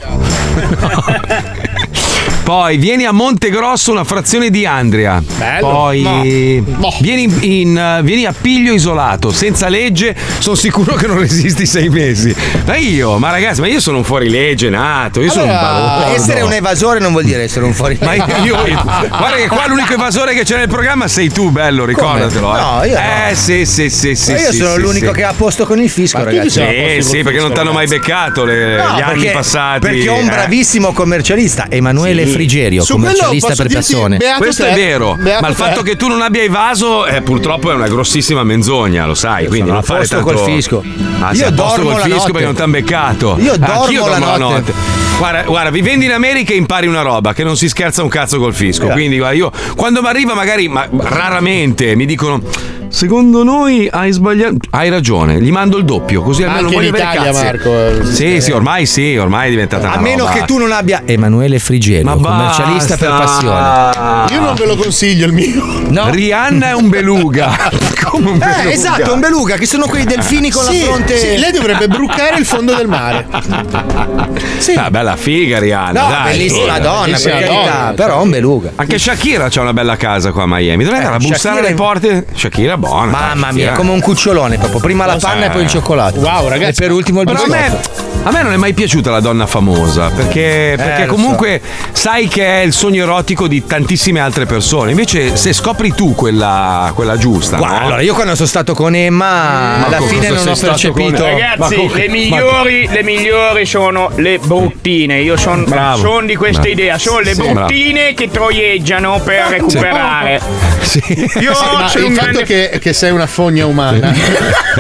Poi vieni a Montegrosso, una frazione di Andria. Poi Vieni, in- in, eh, vieni a Piglio isolato, senza legge, sono sicuro che non resisti sei mesi. Ma io, ma ragazzi, ma io sono un fuorilegge nato, io sono un balordo. essere un evasore non vuol dire essere un fuori. Ma io, io- io- guarda che qua l'unico evasore che c'è nel programma sei tu, bello, ricordatelo. eh. No, io no. Eh, sì, sì, sì, sì. Ma io sì, sono sì, l'unico sì. Eh, che ha posto con il fisco, ragazzi. Sì, sì, perché non ti hanno mai beccato le- No, gli anni perché- passati. Perché ho un eh. bravissimo commercialista, Emanuele Sì. Frigerio, commercialista per persone. Questo è vero, ma il fatto che tu non abbia evaso eh, purtroppo è una grossissima menzogna, lo sai. quindi sono non a fare posto tanto... col fisco. Ah, Io sei a posto dormo col la fisco notte. perché non ti hanno beccato. Io Ah, dormo anch'io la notte. Guarda, guarda, vivendo in America impari una roba che non si scherza un cazzo col fisco. Quindi guarda, io quando mi arriva magari, ma raramente, mi dicono... Secondo noi hai sbagliato. Hai ragione, gli mando il doppio, così almeno Anche non in voglio avere Italia, cazzi. Marco, eh, Sì, sì, ormai sì, ormai è diventata una A meno roba- che tu non abbia Emanuele Frigerio, commercialista per passione. Ah. Io non ve lo consiglio il mio. Rihanna è un <laughs> beluga. Come un Eh, esatto, un beluga, che sono quei delfini con Sì, la fronte. sì, lei dovrebbe brucare il fondo del mare. <laughs> <laughs> Ah, bella figa Rihanna. No, dai, bellissima dai. donna, per carità, però un beluga. Anche Shakira c'ha una bella casa qua a Miami. Dove andare a bussare Eh, Shakira- alle porte? Shakira Eh, buona. Mamma dai, mia, sì, eh. come un cucciolone proprio. Prima la Lo so. panna e poi il cioccolato. E per ultimo il Però a me, biscotto. a me non è mai piaciuta la donna famosa perché, Eh, perché lo comunque sai che è il sogno erotico di tantissime altre persone. Invece, se scopri tu quella, quella giusta, Guarda, no? allora io quando sono stato con Emma, Ma alla cosa fine sei non ho stato con- percepito. Ma Ragazzi, con- le ma- migliori, le migliori sono le bruttine. Io sono Bravo. di questa Bravo. idea. Sono le Sì, bruttine che troieggiano per recuperare. Io Sì, ma sono un il fatto grande che, che sei una fogna <laughs> umana.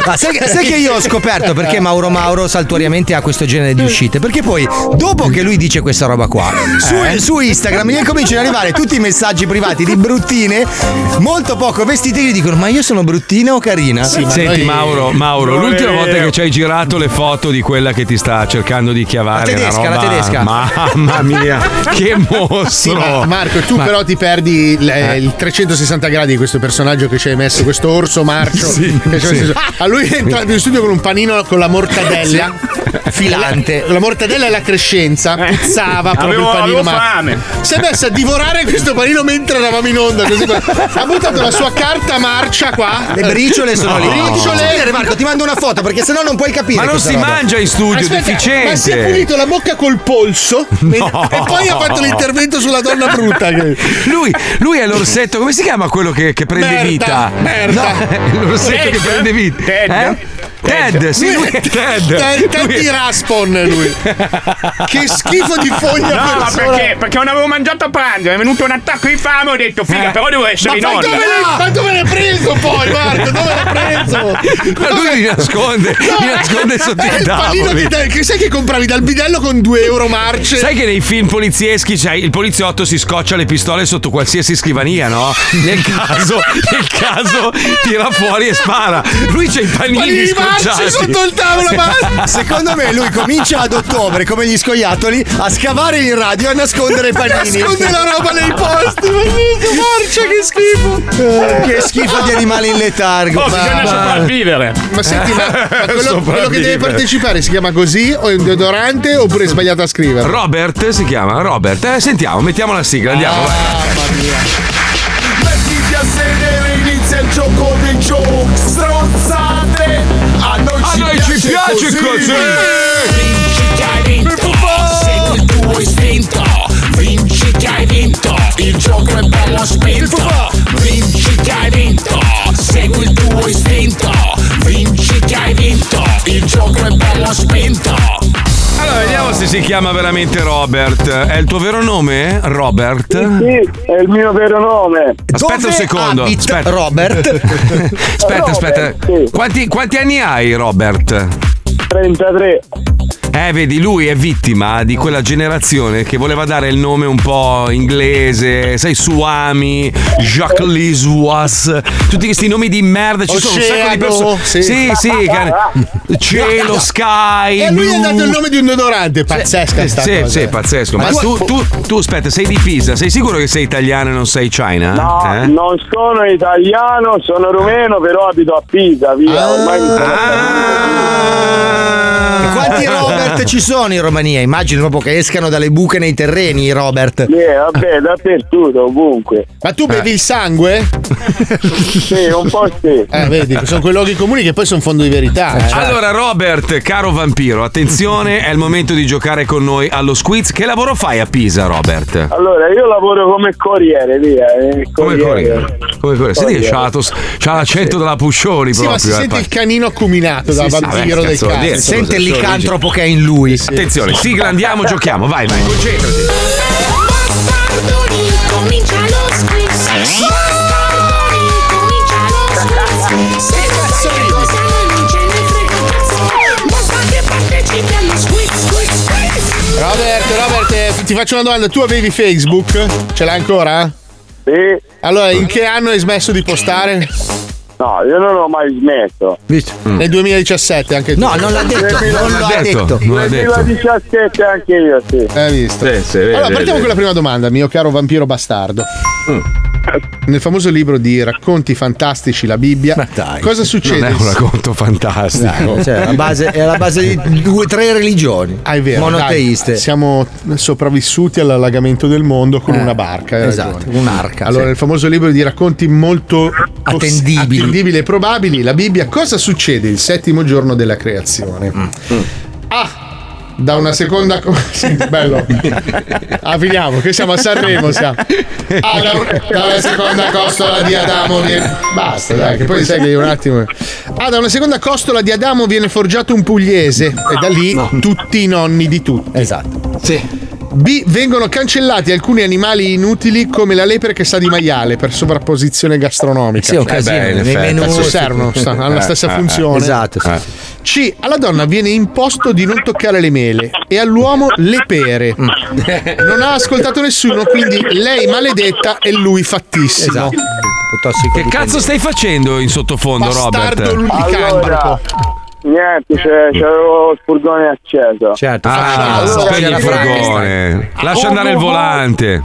Ma Ah, sai, che- sai che io ho scoperto perché Mauro Mauro saltuariamente ha questo genere di uscite? Perché poi, dopo che lui dice questa roba qua, su, Eh. Eh? su Instagram gli cominciano ad arrivare tutti i messaggi privati di bruttine, molto poco vestite, che gli dicono: Ma io sono bruttina o carina? Senti Mauro, Mauro Non è l'ultima volta vero. che ci hai girato le foto di quella che ti sta cercando di chiavare La tedesca, una roba- la tedesca. Mamma mia, <laughs> che mostro! Sì, ma Marco, tu Ma- però ti perdi il, eh, il 360 gradi di questo personaggio che ci hai messo, questo orso marcio. Sì, che ci hai sì. messo- A lui è entrato in studio con un panino con la mortadella. Filante. La, la mortadella e la crescenza Eh. puzzava proprio Avevo- il panino avevo fame. Si è messa a divorare questo panino mentre eravamo in onda. così qua. ha buttato la sua carta marcia qua. Le briciole sono lì. Le briciole. Vedere, Marco, ti mando una foto perché sennò non puoi capire. Ma non questa si roba. mangia in studio, Aspetta, deficiente. Ma si è pulito la bocca col polso e poi ha fatto l'intervento sulla donna brutta. Lui, lui è l'orsetto, come si chiama quello che, che prende Merda, vita? merda. <laughs> No, l'orsetto che Ted? prende vita. Ted? Eh? Ted, sì, lui è Ted. Ted, Lui Ted è- di Raspon lui. che schifo di fogna No, ma persona. perché? Perché non avevo mangiato a pranzo, è venuto un attacco di fame, ho detto figa, Eh. però devo Ma essere in poi onda. dove l'hai- ma dove l'hai preso poi, Marco? Dove l'hai preso? Ma lui li nasconde, li nasconde sotto È i eh, il panino tavoli. di te, che sai che compravi dal bidello con 2 euro marce? Sai che nei film polizieschi c'hai- il poliziotto si scoccia le pistole sotto qualsiasi scrivania, no? Nel caso, nel caso tira fuori e spara. Lui c'ha i panini, Panini scocciati. marci sotto il tavolo, ma- <laughs> Secondo me lui comincia ad ottobre, come gli scoiattoli, a scavare in radio e a nascondere <laughs> i panini. Nasconde la roba <laughs> nei posti, mannaggia, marcia, che schifo. Che schifo di animali in letargo. Oh, bisogna Ma- sopravvivere. Ma senti, ma, ma quello, quello che deve Sopravvive. partecipare si chiama così o è un deodorante oppure è sbagliato a scrivere? Robert si chiama Robert. Eh, sentiamo, mettiamo la sigla, andiamo. vai. Mettiti a sedere, inizia il gioco dei gioco Stronzate A noi A ci noi piace, ci piace così. Vinci che hai vinto Segui il tuo istinto Vinci che hai vinto Il gioco è bello spinto Vinci che hai vinto Segui il tuo istinto Vinci che hai vinto Il gioco è bello spinto Allora, vediamo se si chiama veramente Robert. È il tuo vero nome? Robert? Sì, è il mio vero nome. Aspetta un secondo. aspetta. <laughs> aspetta, aspetta. Quanti, quanti anni hai, Robert? 33. Eh, vedi, lui è vittima di quella generazione che voleva dare il nome un po' inglese, sai, Suami, Jacques Lisuas, tutti questi nomi di merda, ci sono un sacco di Oceano, persone. sì. sì, sì cane. <laughs> cielo, sky. E lui ha blu. dato il nome di un deodorante, pazzesca sta Sì, cosa. sì, pazzesco. Ma, Ma tu, tu- tu- tu, aspetta, sei di Pisa, sei sicuro che sei italiano e non sei China? No, Eh? non sono Ah. Ah. italiano, sono rumeno, però abito a Pisa, via. Ormai mi sono E quanti Robert ci sono in Romania? Immagino proprio che escano dalle buche nei terreni i Robert. Eh, vabbè, dappertutto, ovunque. Ma tu bevi il sangue? sì, un po' sì. Eh, vedi, sono quei luoghi comuni che poi sono fondo di verità. eh. Allora, Robert, caro vampiro, attenzione, è il momento di giocare con noi allo squiz. Che lavoro fai a Pisa, Robert? Allora, io lavoro come corriere, via. eh, Come corriere? Come corriere? Senti che Corriere. c'ha, l'atos- c'ha l'accento della Puscioli Sì, proprio. ma si eh, sente pa- il canino accuminato da Sì, sì, vampiro vabbè, del cazzo, cazzo. dire, scusa, solo dici. che è in lui. Attenzione, sigla, andiamo, giochiamo, vai, vai, concentrati. Comincia lo squiz. Bastardoni, comincia lo squiz. Se non sai cosa non ce ne frega un cazzo. Basta che partecipi allo squiz, squiz, squiz. Robert, Robert, eh, ti faccio una domanda. Tu avevi Facebook? Ce l'hai ancora? Sì. Allora, in che anno hai smesso di postare? No, io non ho mai smesso. Visto. Nel 2017 anche tu. Mm. No, non l'ha detto, non l'ha detto. Non l'ha detto. 2017 anche io, sì. Hai visto? Eh, Allora, partiamo con la prima domanda, mio caro vampiro bastardo. Mm. Nel famoso libro di Racconti fantastici, la Bibbia, cosa succede? Non è un racconto fantastico. Dai, cioè, la base- è la base di due, tre religioni. Ah, è vero, Monoteiste. dai, siamo sopravvissuti all'allagamento del mondo con una barca. hai esatto, ragione. un'arca, Allora, sì. nel famoso libro di racconti molto poss- Attendibili. attendibili e probabili, la Bibbia, cosa succede il settimo giorno della creazione? Mm. Ah, da una seconda. co- <laughs> Sì, <laughs> bello. Ah, finiamo, che siamo a Sanremo. Siamo. Ah, da, un- da una seconda costola di Adamo. viene- Basta, dai, che poi sai che io un attimo. Ah, da una seconda costola di Adamo viene forgiato un pugliese e da lì tutti i nonni di tutti. Esatto. Sì. B. Vengono cancellati alcuni animali inutili come la lepre che sa di maiale per sovrapposizione gastronomica. Sì, è un casino, Eh beh, in nei effetti. menù- Cazzo, servono, sta- hanno la Eh, stessa eh, eh. funzione. Esatto, sì. C. Alla donna viene imposto di non toccare le mele e all'uomo le pere. <laughs> Non ha ascoltato nessuno, quindi lei maledetta e lui fattissimo. Che cazzo stai facendo in sottofondo, Robert? Ah, Allora, niente, c'è- c'avevo il furgone acceso. Certo, Ah, spegni il furgone. Lascia Oh, andare il volante.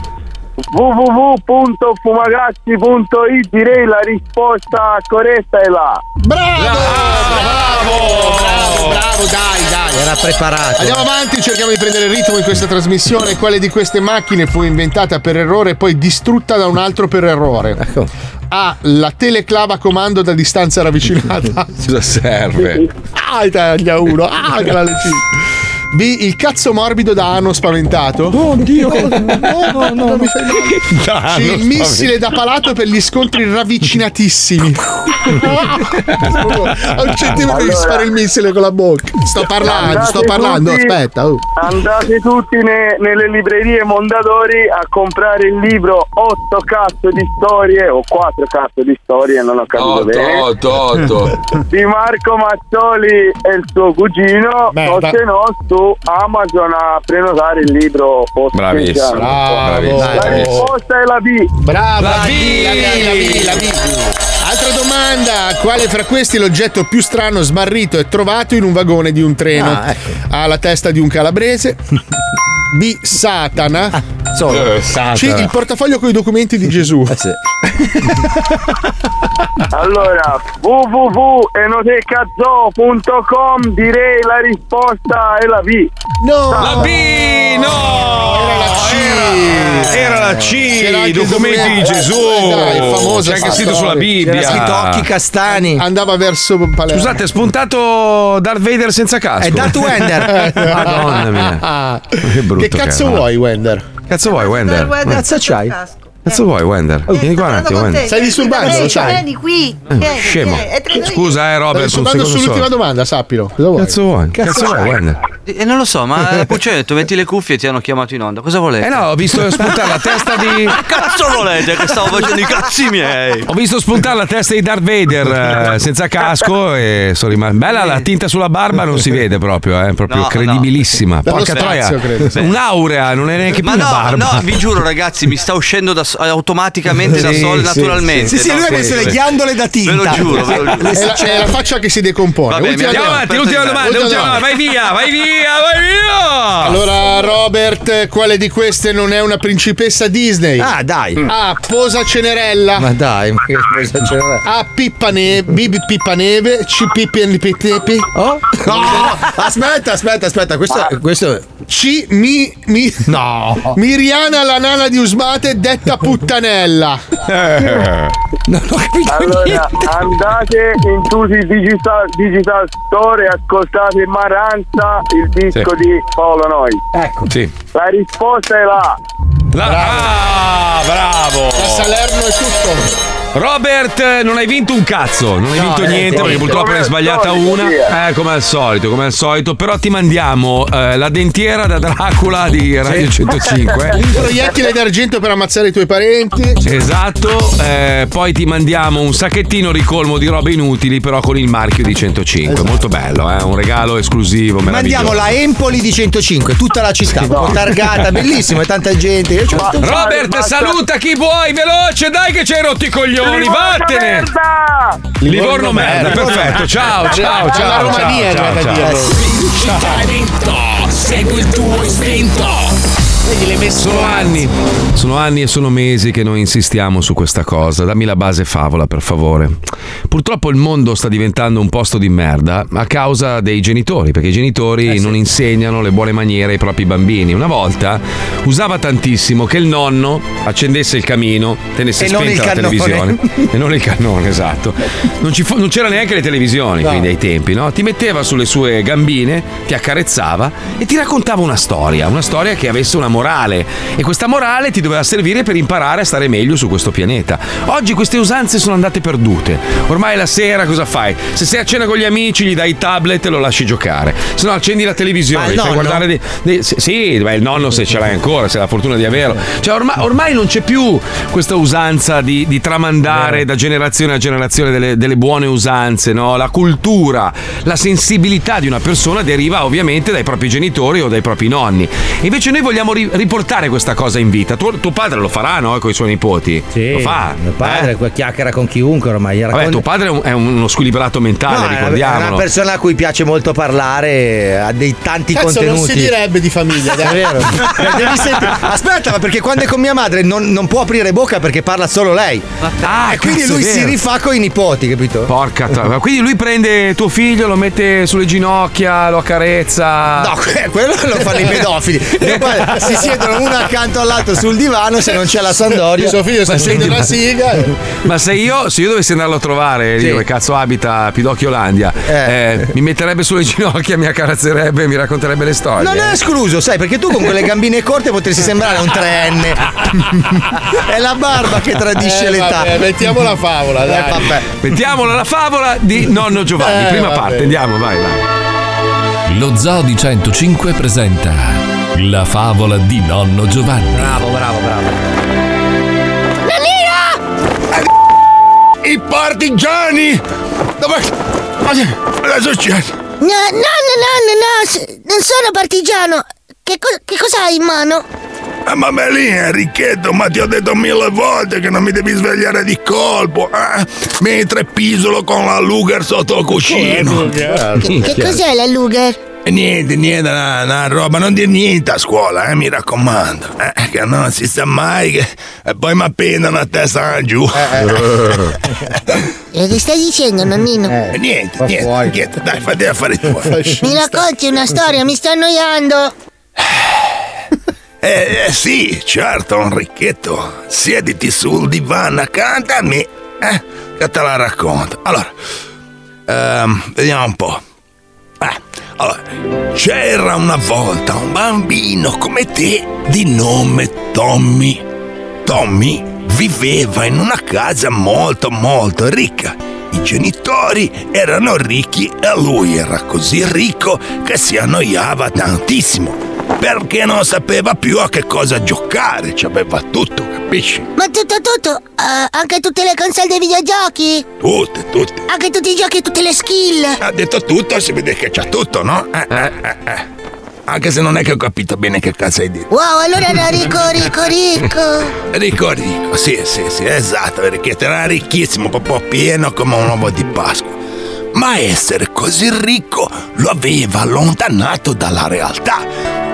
www.fumagazzi.it direi la risposta corretta è là. Bravo! Bravo! Bravo, dai, dai. Era preparato. Andiamo avanti, cerchiamo di prendere il ritmo in questa trasmissione. Quale di queste macchine fu inventata per errore e poi distrutta da un altro per errore? A. La teleclava a comando da distanza ravvicinata. <laughs> Cosa serve? Ah, Italia 1. Ah, canale C. B. Il cazzo morbido da ano spaventato. <laughs> Oddio, Oh, no, no, no, mi fai male. Da C. ano Il missile da palato per gli scontri <laughs> ravvicinatissimi. A un centimetro di Allora. sfare il missile con la bocca. Sto parlando, Andate sto parlando, tutti- aspetta. oh. Andate tutti ne- nelle librerie Mondadori a comprare il libro 8 cazzo di storie o 4 cazzo di storie, non ho capito bene. 8, 8. Di Marco Mazzoli e il suo cugino, Merda. o se no su Amazon a prenotare il libro o Bravissimo, speciale. bravissimo, La bravissimo. risposta è la B. Brava La B, la B, la B, la B. Altra domanda, quale fra questi è l'oggetto più strano, smarrito e trovato in un vagone di un treno? Ah, A la testa di un calabrese. B. Satana. solo. Eh, C. Satana. Il portafoglio con i documenti di Gesù. Allora, www.enotecazoo.com direi la risposta è la B. No! La B, no! Era la C. Oh, Era la C, C'era Eh, anche i documenti il di Gesù. Eh, dai, il famoso C'è anche storia. scritto sulla Bibbia. C'era scritto occhi castani. Andava verso Palermo. Scusate, è spuntato Darth Vader senza casco. Eh, È <laughs> Darth Vader. Ah, Madonna <laughs> mia. Che brutto. che cazzo era. vuoi, Wender? Cazzo vuoi, Wender? Eh. Cazzo c'hai? Cazzo vuoi, Wender? Oh, vieni qua un attimo, Wender. eh, Stai disturbando, lo sai. Vieni qui. Eh, Scemo. Scusa, eh, Robert. Sto un andando secondo sull'ultima solo. domanda, sappilo. Cosa vuoi? Cazzo vuoi? Cazzo, vuoi, Wender? E Eh, non lo so, <laughs> ma Puccetto, metti le cuffie e ti hanno chiamato in onda. Cosa volete? Eh no, ho visto spuntare la testa di. <laughs> Che cazzo volete? Che stavo <laughs> facendo i cazzi miei. Ho visto spuntare la testa di Darth Vader eh, senza casco e sono rimasto. Bella la tinta sulla barba, non si vede proprio, eh, proprio No, no. credibilissima. Dallo Porca spazio, troia, credo, sì. un'aurea, non è neanche più Ma una no, barba. no, vi giuro ragazzi, mi sta uscendo da so- automaticamente da Sì, solo, sì, naturalmente. sì. Sì, sì, lui ha messo le ghiandole da Ve lo giuro, ve lo giuro. È la, è la faccia che si decompone. Vabbè, Ultima mi andiamo domanda. avanti, ultima domanda, Vai via, vai via. via, vai via! Allora, Robert, quale di queste non è una principessa Disney? Ah, dai. A. Posa Cenerella. Ma dai, ma che cosa c'era? A. Pippaneve. B. Pippaneve. C. Pippanipitepi. Oh? No! aspetta, aspetta, aspetta. questo- questo... C. Mi, mi... Oh. No. Miriana la nana di Usmate, detta puttanella. Eh. <laughs> Allora, andate in tutti i digital, digital store e ascoltate Maranza, il disco Sì. di Paolo Noi. Ecco. Sì. La risposta è la. La- Ah, bravo! La Salerno è <laughs> tutto. Robert, non hai vinto un cazzo, non hai No, vinto niente, niente perché niente. purtroppo ne hai Come al sbagliata solito, una. via. Eh, come al solito, come al solito. Però ti mandiamo eh, la dentiera da Dracula di Radio 105. Un proiettile d'argento per ammazzare i tuoi parenti. Esatto, eh, poi ti mandiamo un sacchettino ricolmo di robe inutili, però con il marchio di 105. Molto bello, eh? un regalo esclusivo. Esatto. Mandiamo la meraviglioso. Empoli di 105, tutta la città, proprio targata, bellissima, e tanta gente. Io ci ho fatto un sacco. Robert, saluta chi vuoi, veloce, dai che c'hai rotti i coglioni, Livorno vattene! Livorno, merda, perfetto, ciao, ciao, ciao. La Romania ciao, c'è da ciao, dirlo. ciao. Vinci che hai vinto, segui il tuo istinto. Vedi le messo Sono anni, sono anni e sono mesi che noi insistiamo su questa cosa. Dammi la base favola, per favore. Purtroppo il mondo sta diventando un posto di merda a causa dei genitori, perché i genitori Eh, non insegnano le buone maniere ai propri bambini. Una volta usava tantissimo che il nonno accendesse il camino, tenesse E non spenta il la cannone. televisione <laughs> e non il cannone, esatto. Non, ci fu- non c'era neanche le televisioni, No. quindi ai tempi, no? Ti metteva sulle sue gambine, ti accarezzava e ti raccontava una storia, una storia che avesse una morale. E questa morale ti doveva servire per imparare a stare meglio su questo pianeta. Oggi queste usanze sono andate perdute. Ormai la sera cosa fai? Se sei a cena con gli amici, gli dai il tablet e lo lasci giocare. Se no, accendi la televisione, Ma il gli fai nonno? guardare dei- dei- sì, sì, beh, il nonno se ce l'hai ancora, se hai la fortuna di averlo. Cioè, orma- ormai, non c'è più questa usanza di, di tramandare da generazione a generazione delle, delle buone usanze, no? La cultura, la sensibilità di una persona deriva ovviamente dai propri genitori o dai propri nonni. E invece noi vogliamo ri- riportare questa cosa in vita. Tuo, tuo padre lo farà, no? Con i suoi nipoti. Sì, Lo fa. Eh, eh? Mio padre que- chiacchiera con chiunque ormai. gli Vabbè, racconta- tuo padre è, un- è uno squilibrato mentale, No, è una- è ricordiamolo. una persona a cui piace molto parlare, ha dei tanti Cazzo, contenuti. non si direbbe di famiglia, dai. <laughs> È vero. Eh, <laughs> devi sentire- Aspetta, ma perché quando è con mia madre non, non può aprire bocca perché parla solo lei. Ah, e quindi cazzo, è lui si vero. rifà con i nipoti, capito? Porca tra- ma Quindi lui prende tuo figlio, lo mette sulle ginocchia, lo accarezza. No, que- eh, quello lo fanno i <laughs> pedofili. E poi si siedono uno accanto all'altro sul divano se non c'è la Sandoria. Suo figlio Ma sta senti, prendendo ma- una siga. e- Ma se io, se io dovessi andarlo a trovare lì dove cazzo abita Pidocchio Landia, eh, mi metterebbe sulle ginocchia, mi accarezzerebbe, mi racconterebbe le storie. Non è escluso, sai, perché tu con <laughs> quelle gambine corte potresti sembrare un <laughs> treenne. È la barba che tradisce Eh, l'età. vabbè, mettiamo la favola, Eh, dai. vabbè. Mettiamola la favola di nonno Giovanni, Eh, prima vabbè. parte, andiamo, vai, vai. Lo Zoo di 105 presenta La favola di nonno Giovanni. Bravo, bravo, bravo. I partigiani! Dove. Cosa succede? No, no, no, no, no, no, s- non sono partigiano. Che, co- che cosa hai in mano? Ah, ma me lì, Enrichetto, ma ti ho detto mille volte che non mi devi svegliare di colpo. eh? Mentre pisolo con la Luger sotto il cuscino. Certo, Che, che cos'è la Luger? E Niente, niente, una, una roba, non dire niente a scuola, eh, mi raccomando. Eh, che non si sa mai che. E poi mi appendono a testa giù. Eh, che stai dicendo, nonnino? E Eh, niente, niente, niente, dai, fate affari tuoi. Mi racconti una storia, mi sto annoiando. Eh, eh, sì, certo, Enrichetto. Siediti sul divano accanto a me. Eh, che te la racconto. Allora, ehm, vediamo un po'. Eh, allora, c'era una volta un bambino come te di nome Tommy. Tommy viveva in una casa molto molto ricca. I genitori erano ricchi e lui era così ricco che si annoiava tantissimo perché non sapeva più a che cosa giocare, ci aveva tutto, capisci? Ma tutto, tutto, eh, anche tutte le console dei videogiochi? Tutte, tutte. Anche tutti i giochi e tutte le skill? Ha detto tutto, si vede che c'ha tutto, no? Eh, eh, eh, eh. Anche se non è che ho capito bene che cazzo hai detto. Wow, allora era ricco, ricco, ricco. Ricco, ricco, sì, sì, sì, esatto, perché era ricchissimo, proprio pieno come un uovo di Pasqua. ma essere così ricco lo aveva allontanato dalla realtà.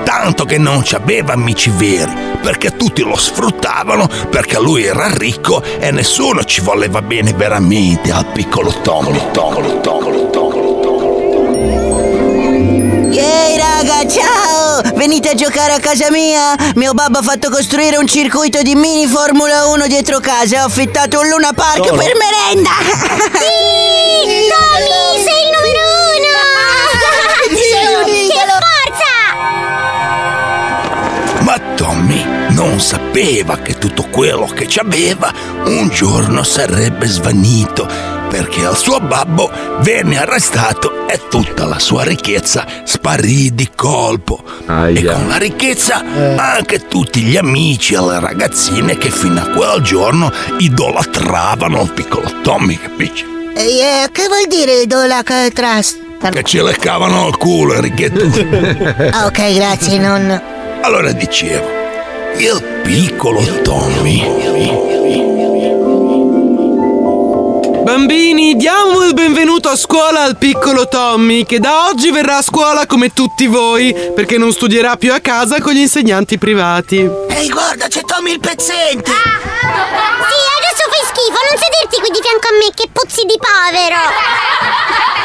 Tanto che non ci aveva amici veri, perché tutti lo sfruttavano perché lui era ricco e nessuno ci voleva bene veramente al piccolo Tommy. Tommy, Tommy, Tommy. Ehi raga, ciao! Venite a giocare a casa mia? Mio babbo ha fatto costruire un circuito di mini Formula 1 dietro casa e ho affittato un Luna Park Solo? per merenda! <laughs> Tommy, sei il numero uno! Sì, che forza! Ma Tommy non sapeva che tutto quello che ci aveva un giorno sarebbe svanito perché al suo babbo venne arrestato e tutta la sua ricchezza sparì di colpo. E con la ricchezza anche tutti gli amici e le ragazzine che fino a quel giorno idolatravano il piccolo Tommy, capisci? Ehi, eh, che vuol dire Idolac Trust? Che ce le cavano al culo, Enrichetto. <laughs> Ah, ok, grazie, nonno. Allora dicevo, il piccolo Tommy Bambini, diamo il benvenuto a scuola al piccolo Tommy, che da oggi verrà a scuola come tutti voi, perché non studierà più a casa con gli insegnanti privati. Ehi, guarda, c'è Tommy il pezzente! Ah, Sì, adesso fai schifo, non sederti qui di fianco a me, che puzzi di povero!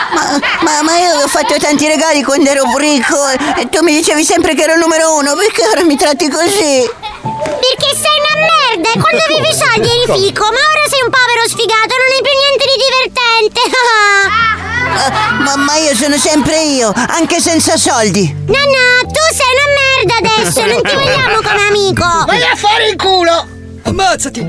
Ma, ma- ma io ho fatto tanti regali quando ero ricco e tu mi dicevi sempre che ero il numero uno, perché ora mi tratti così? Perché sei una merda, e quando avevi i soldi eri fico, ma ora sei un povero sfigato, non hai più niente di divertente! <laughs> Ma, ma io sono sempre io, anche senza soldi! No, no, tu sei una merda adesso, non ti vogliamo come amico! <laughs> Vai a fare il culo! <laughs> Ammazzati!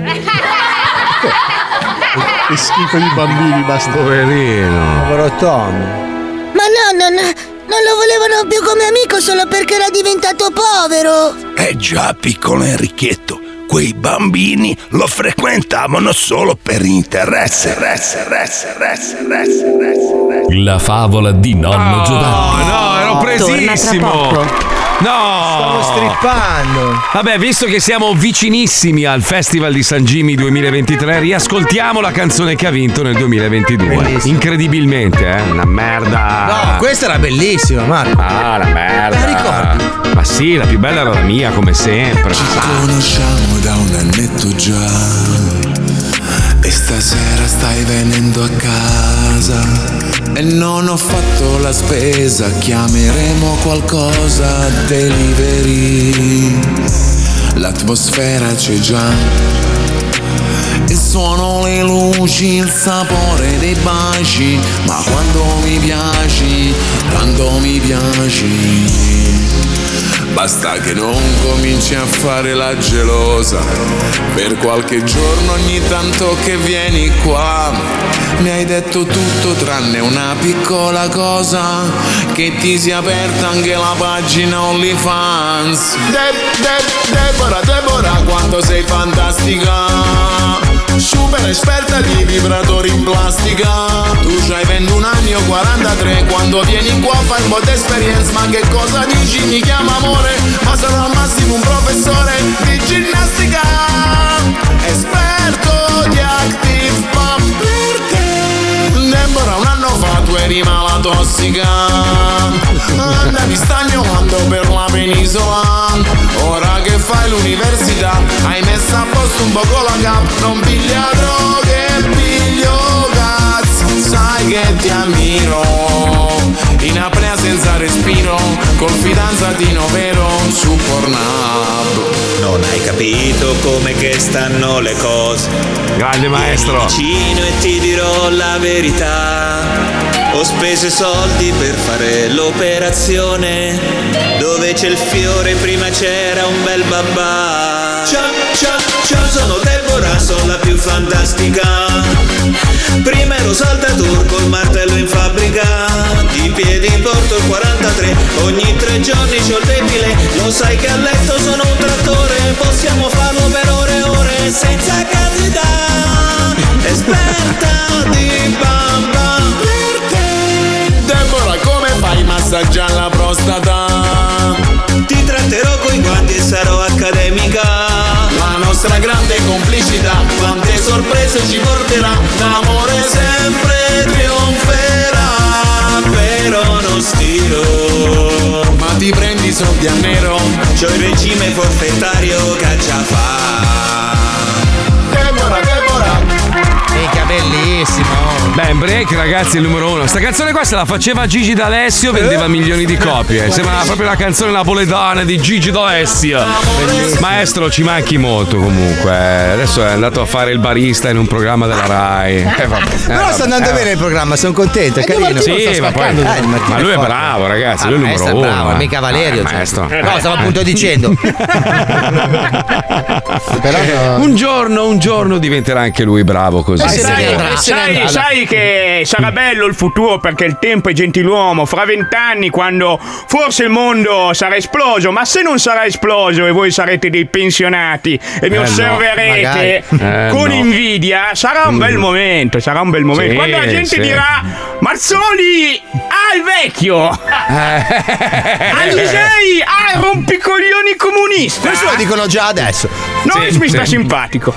Che schifo di bambini, basta. Poverino. Povero Tom. Ma nonno, no, non lo volevano più come amico solo perché era diventato povero. Eh già, piccolo Enrichetto, quei bambini lo frequentavano solo per interesse. Resse, resse, resse, resse, resse. La favola di nonno Giovanni. No, ero presissimo. No! Stavo strippando. Vabbè, visto che siamo vicinissimi al Festival di San Gimi 2023, riascoltiamo la canzone che ha vinto nel 2022. Incredibilmente, eh? Una merda. No, questa era bellissima, Marco. Ah, la merda. Ma sì, la più bella era la mia, come sempre. Conosciamo da un annetto già E stasera stai venendo a casa E non ho fatto la spesa Chiameremo qualcosa delivery L'atmosfera c'è già Il suono, le luci, il sapore dei baci Ma quando mi piaci, quando mi piaci Basta che non cominci a fare la gelosa Per qualche giorno ogni tanto che vieni qua Mi hai detto tutto tranne una piccola cosa Che ti sia aperta anche la pagina OnlyFans De- de- Deborah, Deborah, quanto sei fantastica Super esperta di vibratori in plastica Tu c'hai 21 anni o 43 Quando vieni qua fai un po' di esperienza Ma che cosa dici? Mi chiama amore Ma sarò al massimo un professore di ginnastica Esperto di active pump per te Deborah un anno fa tu eri malatossica Andavi stagnovando per la penisola Ora che fai l'università Hai messo a posto un poco la cap Non piglia droghe, piglio cazzo Sai che ti ammiro In apnea senza respiro Col fidanzatino vero su Pornhub Non hai capito come che stanno le cose. Grande maestro. Vicino e ti dirò la verità. Ho speso soldi per fare l'operazione. Dove c'è il fiore prima c'era un bel babà. Ciao, ciao, ciao, sono Deborah, sono la più fantastica. Prima ero saltatore col martello in fabbrica Di piedi porto il 43 Ogni tre giorni c'ho il debile Lo sai che a letto sono un trattore Possiamo farlo per ore e ore Senza candidà Esperta di bamba per te Deborah come fai massaggia alla prostata? Ti tratterò coi guanti e sarò accademica La nostra grande complicità Quante sorprese ci porterà L'amore sempre trionferà sono bianco nero C'ho il regime forfettario caccia fa Debora, Mica bellissimo. Beh, break, ragazzi, è il numero uno. Sta canzone qua se la faceva Gigi D'Alessio, vendeva Eh? milioni di <laughs> copie. Sembra proprio la canzone napoletana di Gigi D'Alessio. Maestro, ci manchi molto comunque. Eh, Adesso è andato a fare il barista in un programma della <laughs> Rai. Eh, vabbè. Eh, Però sta vabbè. andando Eh, bene il programma, sono contento. È carino. Sì, ma, poi, Eh, il Martino ma lui è forte. bravo, ragazzi. lui è il Ah, numero maestro uno. è bravo, eh. mica Valerio. Ah, cioè. maestro. No, stavo appunto dicendo. <laughs> Un giorno, un giorno diventerà anche lui bravo così. Eh, sai, sai, sai che sarà bello il futuro perché il tempo è gentiluomo. Fra vent'anni, quando forse il mondo sarà esploso, ma se non sarà esploso e voi sarete dei pensionati e mi Eh, no, osserverete magari. Eh, con no. invidia, sarà un bel Mm. momento. Sarà un bel momento. Sì, quando la gente sì. dirà: Marzoli, ah, il vecchio! Eh. Eh. Alisei, ah, il rompicoglioni comunista! Questo lo dicono già adesso. Noi mi sta simpatico.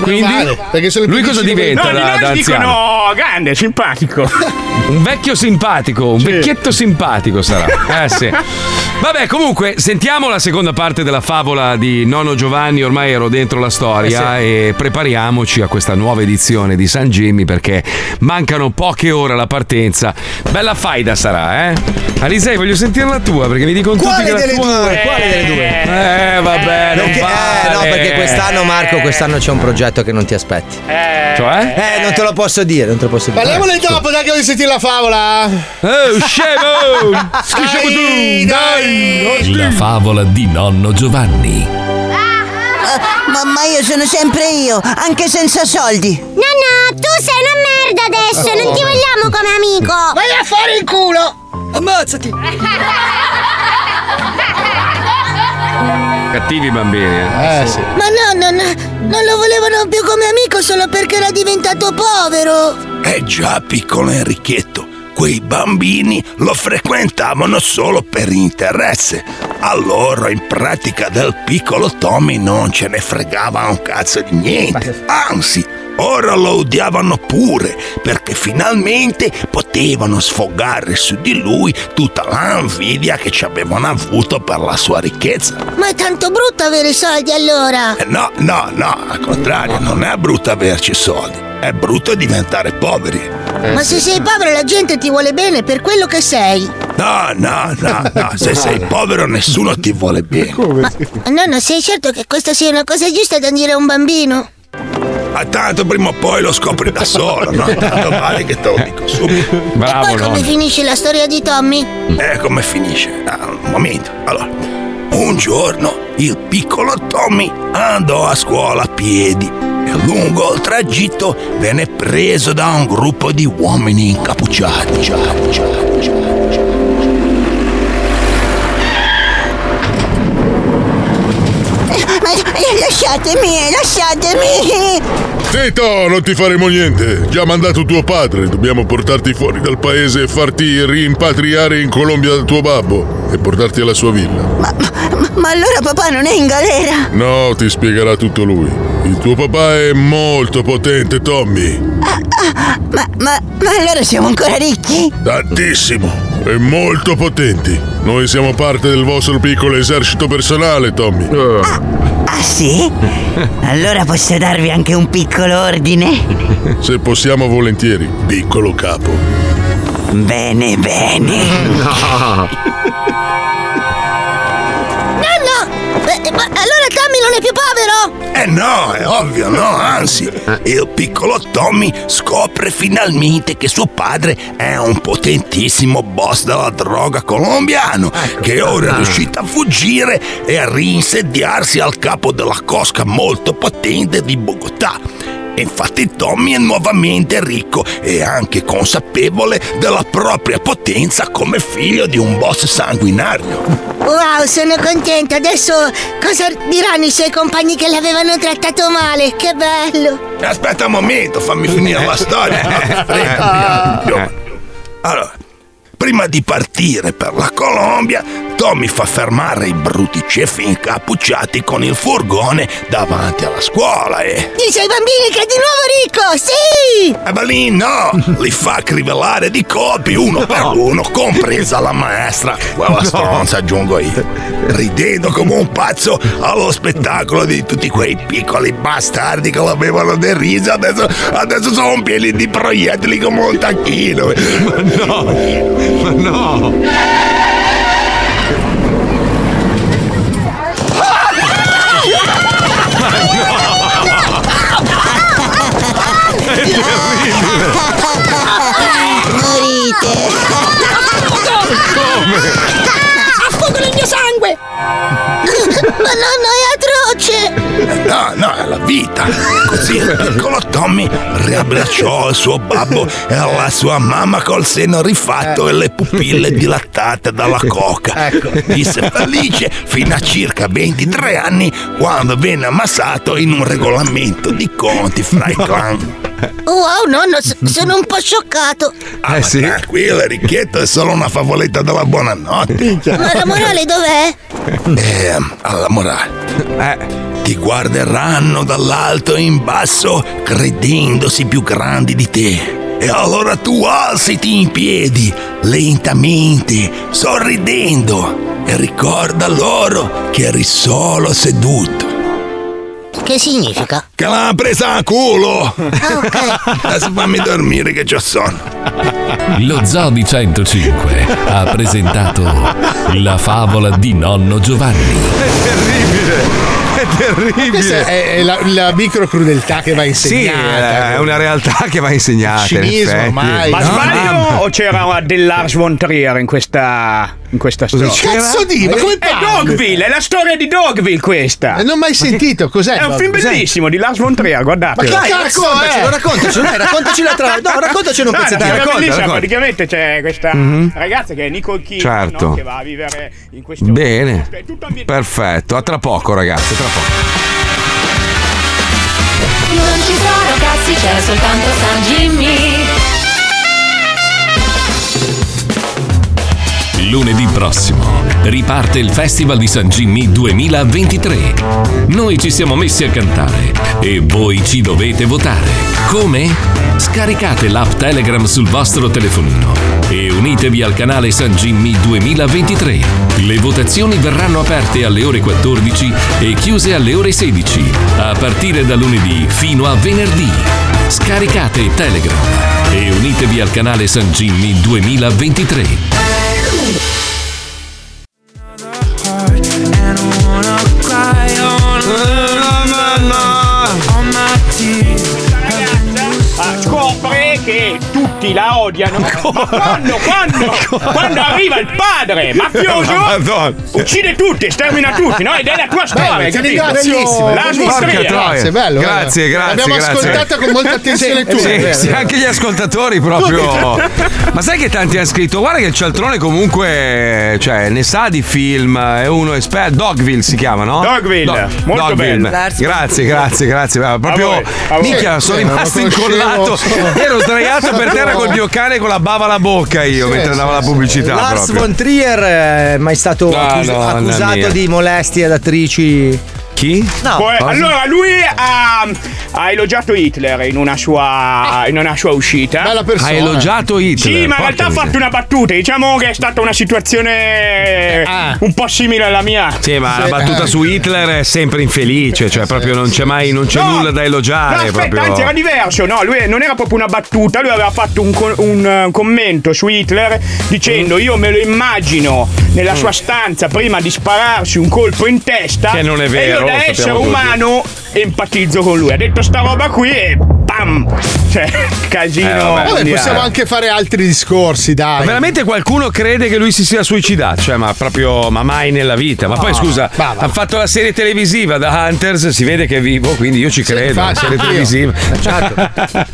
Quindi, Ah, perché sono lui cosa diventa No, di da- noi da dicono "Ah, grande, simpatico. <laughs> Un vecchio simpatico, un vecchietto simpatico sarà. Eh <laughs> sì. Vabbè, comunque, sentiamo la seconda parte della favola di Nonno Giovanni, ormai ero dentro la Eh, storia e prepariamoci a questa nuova edizione di San Jimmy perché mancano poche ore alla partenza. Bella faida sarà, eh? Alisei, voglio sentire la tua perché mi dicono Quale tutti che delle la tua due? Quale delle due? Eh, vabbè, non Perché- eh, no, vale. perché quest'anno, Marco, quest'anno c'è un progetto che non ti aspetti. Cioè? Eh, non te lo posso dire, non te lo posso dire. Parliamone Eh, scusa. dopo, dai che voglio sentire la favola. Oh, scemo! Scemo tu! Dai! La favola di nonno Giovanni. Ah, mamma, io sono sempre io, anche senza soldi. No, no, tu sei una merda adesso, Oh. non ti vogliamo come amico. Vai a fare il culo. Ammazzati. <laughs> Cattivi bambini, eh? sì. Ma no, no, no, non lo volevano più come amico solo perché era diventato povero. Eh già, piccolo Enrichetto, quei bambini lo frequentavano solo per interesse. A loro, in pratica, del piccolo Tommy non ce ne fregava un cazzo di niente. Anzi, ora lo odiavano pure, perché finalmente potevano sfogare su di lui tutta l'invidia che ci avevano avuto per la sua ricchezza. Ma è tanto brutto avere i soldi allora. Eh, No, no, no, al contrario, non è brutto averci soldi, è brutto diventare poveri. Ma se sei povero la gente ti vuole bene per quello che sei. No, no, no, no, se sei povero nessuno ti vuole bene. Ma nonno, sei certo che questa sia una cosa giusta da dire a un bambino? Ma tanto prima o poi lo scopri da solo, no? Tanto vale che te lo dico subito. Poi Ah. come finisce la storia di Tommy? Eh, come finisce? Ah, un momento. Allora, un giorno il piccolo Tommy andò a scuola a piedi e lungo il tragitto venne preso da un gruppo di uomini incappucciati. Ma- eh, Lasciatemi, lasciatemi. Zitto, non ti faremo niente. Già mandato tuo padre. Dobbiamo portarti fuori dal paese e farti rimpatriare in Colombia dal tuo babbo e portarti alla sua villa. Ma- Ma allora papà non è in galera. No, ti spiegherà tutto lui. Il tuo papà è molto potente, Tommy. Ma, ma, ma allora siamo ancora ricchi? Tantissimo. E molto potenti. Noi siamo parte del vostro piccolo esercito personale, Tommy. <laughs> Ah sì? Allora posso darvi anche un piccolo ordine? <laughs> Se possiamo volentieri, piccolo capo. Bene, bene. No. Nonno! Eh, ma allora Tommy non è più povero? Eh no, è ovvio, no, anzi, il piccolo Tommy scopre finalmente che suo padre è un potentissimo boss della droga colombiano, che ora è riuscito a fuggire e a rinsediarsi al capo della cosca molto potente di Bogotà. Infatti Tommy è nuovamente ricco e anche consapevole della propria potenza come figlio di un boss sanguinario. Wow, sono contenta. Adesso cosa diranno i suoi compagni che l'avevano trattato male? Che bello! Aspetta un momento, fammi finire la storia. Eh, no? Ti prego, ti prego. Allora, prima di partire per la Colombia, Tommy fa fermare i bruti ceffi incappucciati con il furgone davanti alla scuola e... Dice ai bambini che è di nuovo ricco, sì! E ma lì no! Oh, Li fa crivellare di colpi uno per uno, compresa la maestra. Quella stronza aggiungo io. Ridendo come un pazzo allo spettacolo di tutti quei piccoli bastardi che l'avevano deriso. Adesso, adesso sono pieni di proiettili come un tacchino. Ma no! Ma no! Oh, Ah, Morite! Come? Affogo nel mio sangue! Ma nonno è atroce! No, no, è la vita. Così il piccolo Tommy riabbracciò il suo babbo e la sua mamma col seno rifatto e le pupille dilattate dalla coca. Disse felice fino a circa 23 anni quando venne ammassato in un regolamento di conti fra i clan. Wow, nonno, s- sono un po' scioccato! Ah, sì? Tranquillo, Ricchetto, è solo una favoletta della buonanotte. Ma la morale dov'è? Eh, alla morale. Ti guarderanno dall'alto in basso credendosi più grandi di te. E allora tu alzati in piedi, lentamente, sorridendo, e ricorda loro che eri solo seduto. Che significa? Che l'ha presa a culo! <laughs> Adesso fammi dormire che c'ho sonno. Lo Zoo di 105 ha presentato la favola di nonno Giovanni. È terribile. Questa è, è la, la micro crudeltà che va Sì, eh. insegnata. è una realtà che va insegnata. in Cinismo, effetti. ormai. Ma sbaglio o c'era una dell'Ars von Trier in questa, in questa storia? c'era? Eh, Cazzo di, ma come È parli? Eh, Dogville, è la storia di Dogville questa! Non ho mai sentito, cos'è? È un Dogville? film bellissimo di Lars von Trier, guardate. Ma che Dai, cazzo raccontacelo, è? cioè, raccontacelo, dai, raccontacela tra- no, raccontacelo un pezzettino, È racconta, bellissima, racconta. praticamente c'è questa Mhm. ragazza che è Nicole Kidman Certo. no, che va a vivere in questo Bene. Perfetto, a tra poco ragazzi, a tra poco. Non ci sono cazzi, c'è soltanto San Jimmy. Lunedì prossimo riparte il Festival di San Jimmy 2023. Noi ci siamo messi a cantare e voi ci dovete votare. Come? Scaricate l'app Telegram sul vostro telefonino e unitevi al canale San Jimmy 2023. Le votazioni verranno aperte alle ore 14 e chiuse alle ore 16, a partire da lunedì fino a venerdì. Scaricate Telegram e unitevi al canale San Jimmy 2023. Ah, scopre che tutti la odiano. Ma quando, quando, quando arriva il padre <laughs> mafioso, uccide tutti, stermina tutti, no? Ed è la tua storia, Bello, ti capito? ringrazio. La Porca sua troia. Grazie, Grazie, bello, bello. grazie. L'abbiamo grazie. ascoltata <laughs> con molta attenzione Sì, tu. sì, Vero, sì, vero. anche gli ascoltatori proprio. <laughs> Ma sai che tanti hanno scritto? Guarda che il cialtrone comunque cioè, ne sa di film, è uno esperto. Dogville si chiama, no? Dogville, molto bello. Grazie. Grazie, grazie, grazie. Ma proprio voi, a voi. minchia, sono Sì, rimasto non lo conoscevo, incollato. <laughs> sono- Ero sdraiato per terra No. col mio cane con la bava alla bocca io Sì, mentre sì, andava la sì. pubblicità. Lars proprio. von Trier eh, è mai stato No, accus- no, Anna mia. accusato di molestie ad attrici. Chi? No. Poi- Cosa? allora lui ha, ha elogiato Hitler in una sua, in una sua uscita. Bella persona. Ha elogiato Hitler, Sì, ma in porca realtà ha miseria. fatto una battuta. Diciamo che è stata una situazione un po' simile alla mia. Eh. Sì, ma la Eh. battuta su Hitler è sempre infelice, cioè proprio non c'è mai non c'è No. nulla da No, elogiare. aspetta, Ah, proprio. anzi era diverso. No, lui non era proprio una battuta, lui aveva fatto un, co- un, eh, commento su Hitler Mm. dicendo io me lo immagino nella sua stanza prima di spararsi un colpo in testa. Che non è vero, E io lo da sappiamo essere tutti. umano empatizzo con lui. Ha detto sta roba qui e bam! <laughs> Cioè, casino. Eh, Vabbè, mondiale. possiamo anche fare altri discorsi, Ma dai. veramente qualcuno crede che lui si sia suicidato? Cioè, ma proprio, ma mai nella vita. Ma No. poi scusa, ha fatto la serie televisiva da Hunters, si vede che è vivo, quindi io ci credo. La infatti, serie anch'io. televisiva. <laughs> Poi,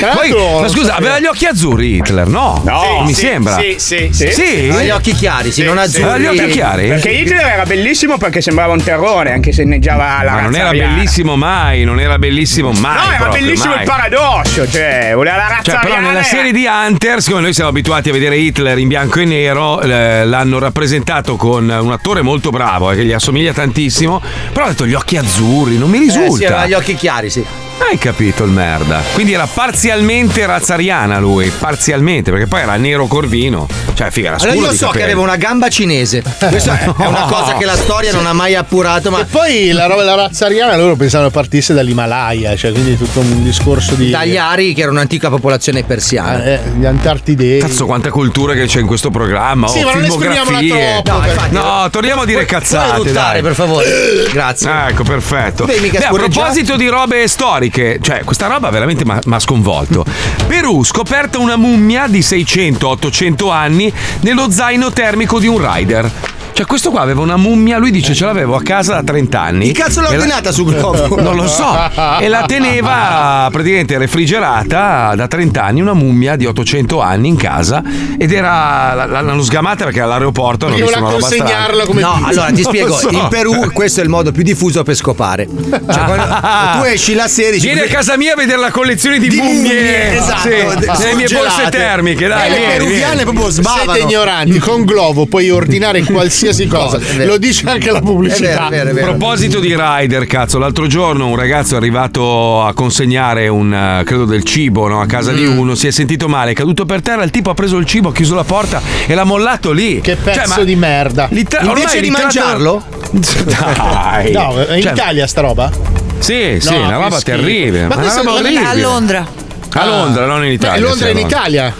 l'altro- ma scusa, aveva gli occhi azzurri Hitler? No, Sì, mi Oh, sì, sembra. sì, sì, sì. Ha gli occhi chiari, sì, non azzurri. Ha gli occhi chiari? Perché Hitler era bellissimo perché sembrava un terrore, anche se inneggiava la Ma non razza era ariana. bellissimo mai, non era bellissimo mai. No, era proprio, bellissimo mai. il paradosso, cioè, voleva la razza eh. Cioè, però ariana, nella serie di Hunter, siccome noi siamo abituati a vedere Hitler in bianco e nero, eh, l'hanno rappresentato con un attore molto bravo, eh, che gli assomiglia tantissimo, però ha detto gli occhi azzurri, non mi risulta. Eh, sì, aveva gli occhi chiari, sì. Hai capito il merda. Quindi era parzialmente razzariana lui, parzialmente, perché poi era nero corvino. Cioè, figa, era scuro Allora io di so che capelli. aveva una <laughs> gamba cinese. Questa è una cosa che la storia non ha mai appurato, ma E poi la roba della razza ariana loro pensavano partisse dall'Himalaya, cioè quindi tutto un discorso di. gli ariani che era un'antica popolazione persiana. Eh, gli antartidei. Cazzo, quanta cultura che c'è in questo programma. Sì, oh, ma non esprimiamola filmografie. troppo, No, perché- infatti- no, torniamo a dire Puoi- cazzate. puoi eh. ruttare, dai. per favore. Grazie. Ecco, perfetto. Vedi mica Beh, a scorreggiato. proposito di robe storiche, cioè, questa roba veramente mi ha sconvolto. Perù, scoperta una mummia di 600-800 anni nello zaino termico di un rider. Cioè, questo qua aveva una mummia, lui dice ce l'avevo a casa da 30 anni. Chi cazzo E l'ha la- ordinata su Globo? Non lo so. E la teneva praticamente refrigerata da 30 anni, una mummia di 800 anni in casa. Ed era. l- l'hanno sgamata perché all'aeroporto hanno visto una roba strana. <laughs> No, allora Non ti lo spiego, so. <laughs> in Perù questo è il modo più diffuso per scopare. Cioè, <laughs> quando tu esci la sera dici, Vieni a casa mia a vedere la collezione di, Di mummie. mummie, esatto, Sì, nelle mie borse surgelate. termiche, dai. Eh, le vieni, peruviane vieni. proprio sbavano. Siete ignoranti, con Glovo <laughs> puoi ordinare qualsiasi cosa. Lo dice anche la pubblicità. A proposito di rider, cazzo, l'altro giorno un ragazzo è arrivato a consegnare un eh, credo del cibo no, a casa di Mm. uno, si è sentito male, è caduto per terra, il tipo ha preso il cibo, ha chiuso la porta e l'ha mollato lì. Cioè, Che Pezzo di merda. ormai Invece di l'Italia- mangiarlo? <laughs> Dai. No, in Cioè- Italia sta roba? Sì, Eh sì, No, una che roba schifo. terribile. Ma una questo roba non è- orribile. a Londra. Ah. A Londra, non in Italia. Beh, Londra sì, è a in Italia.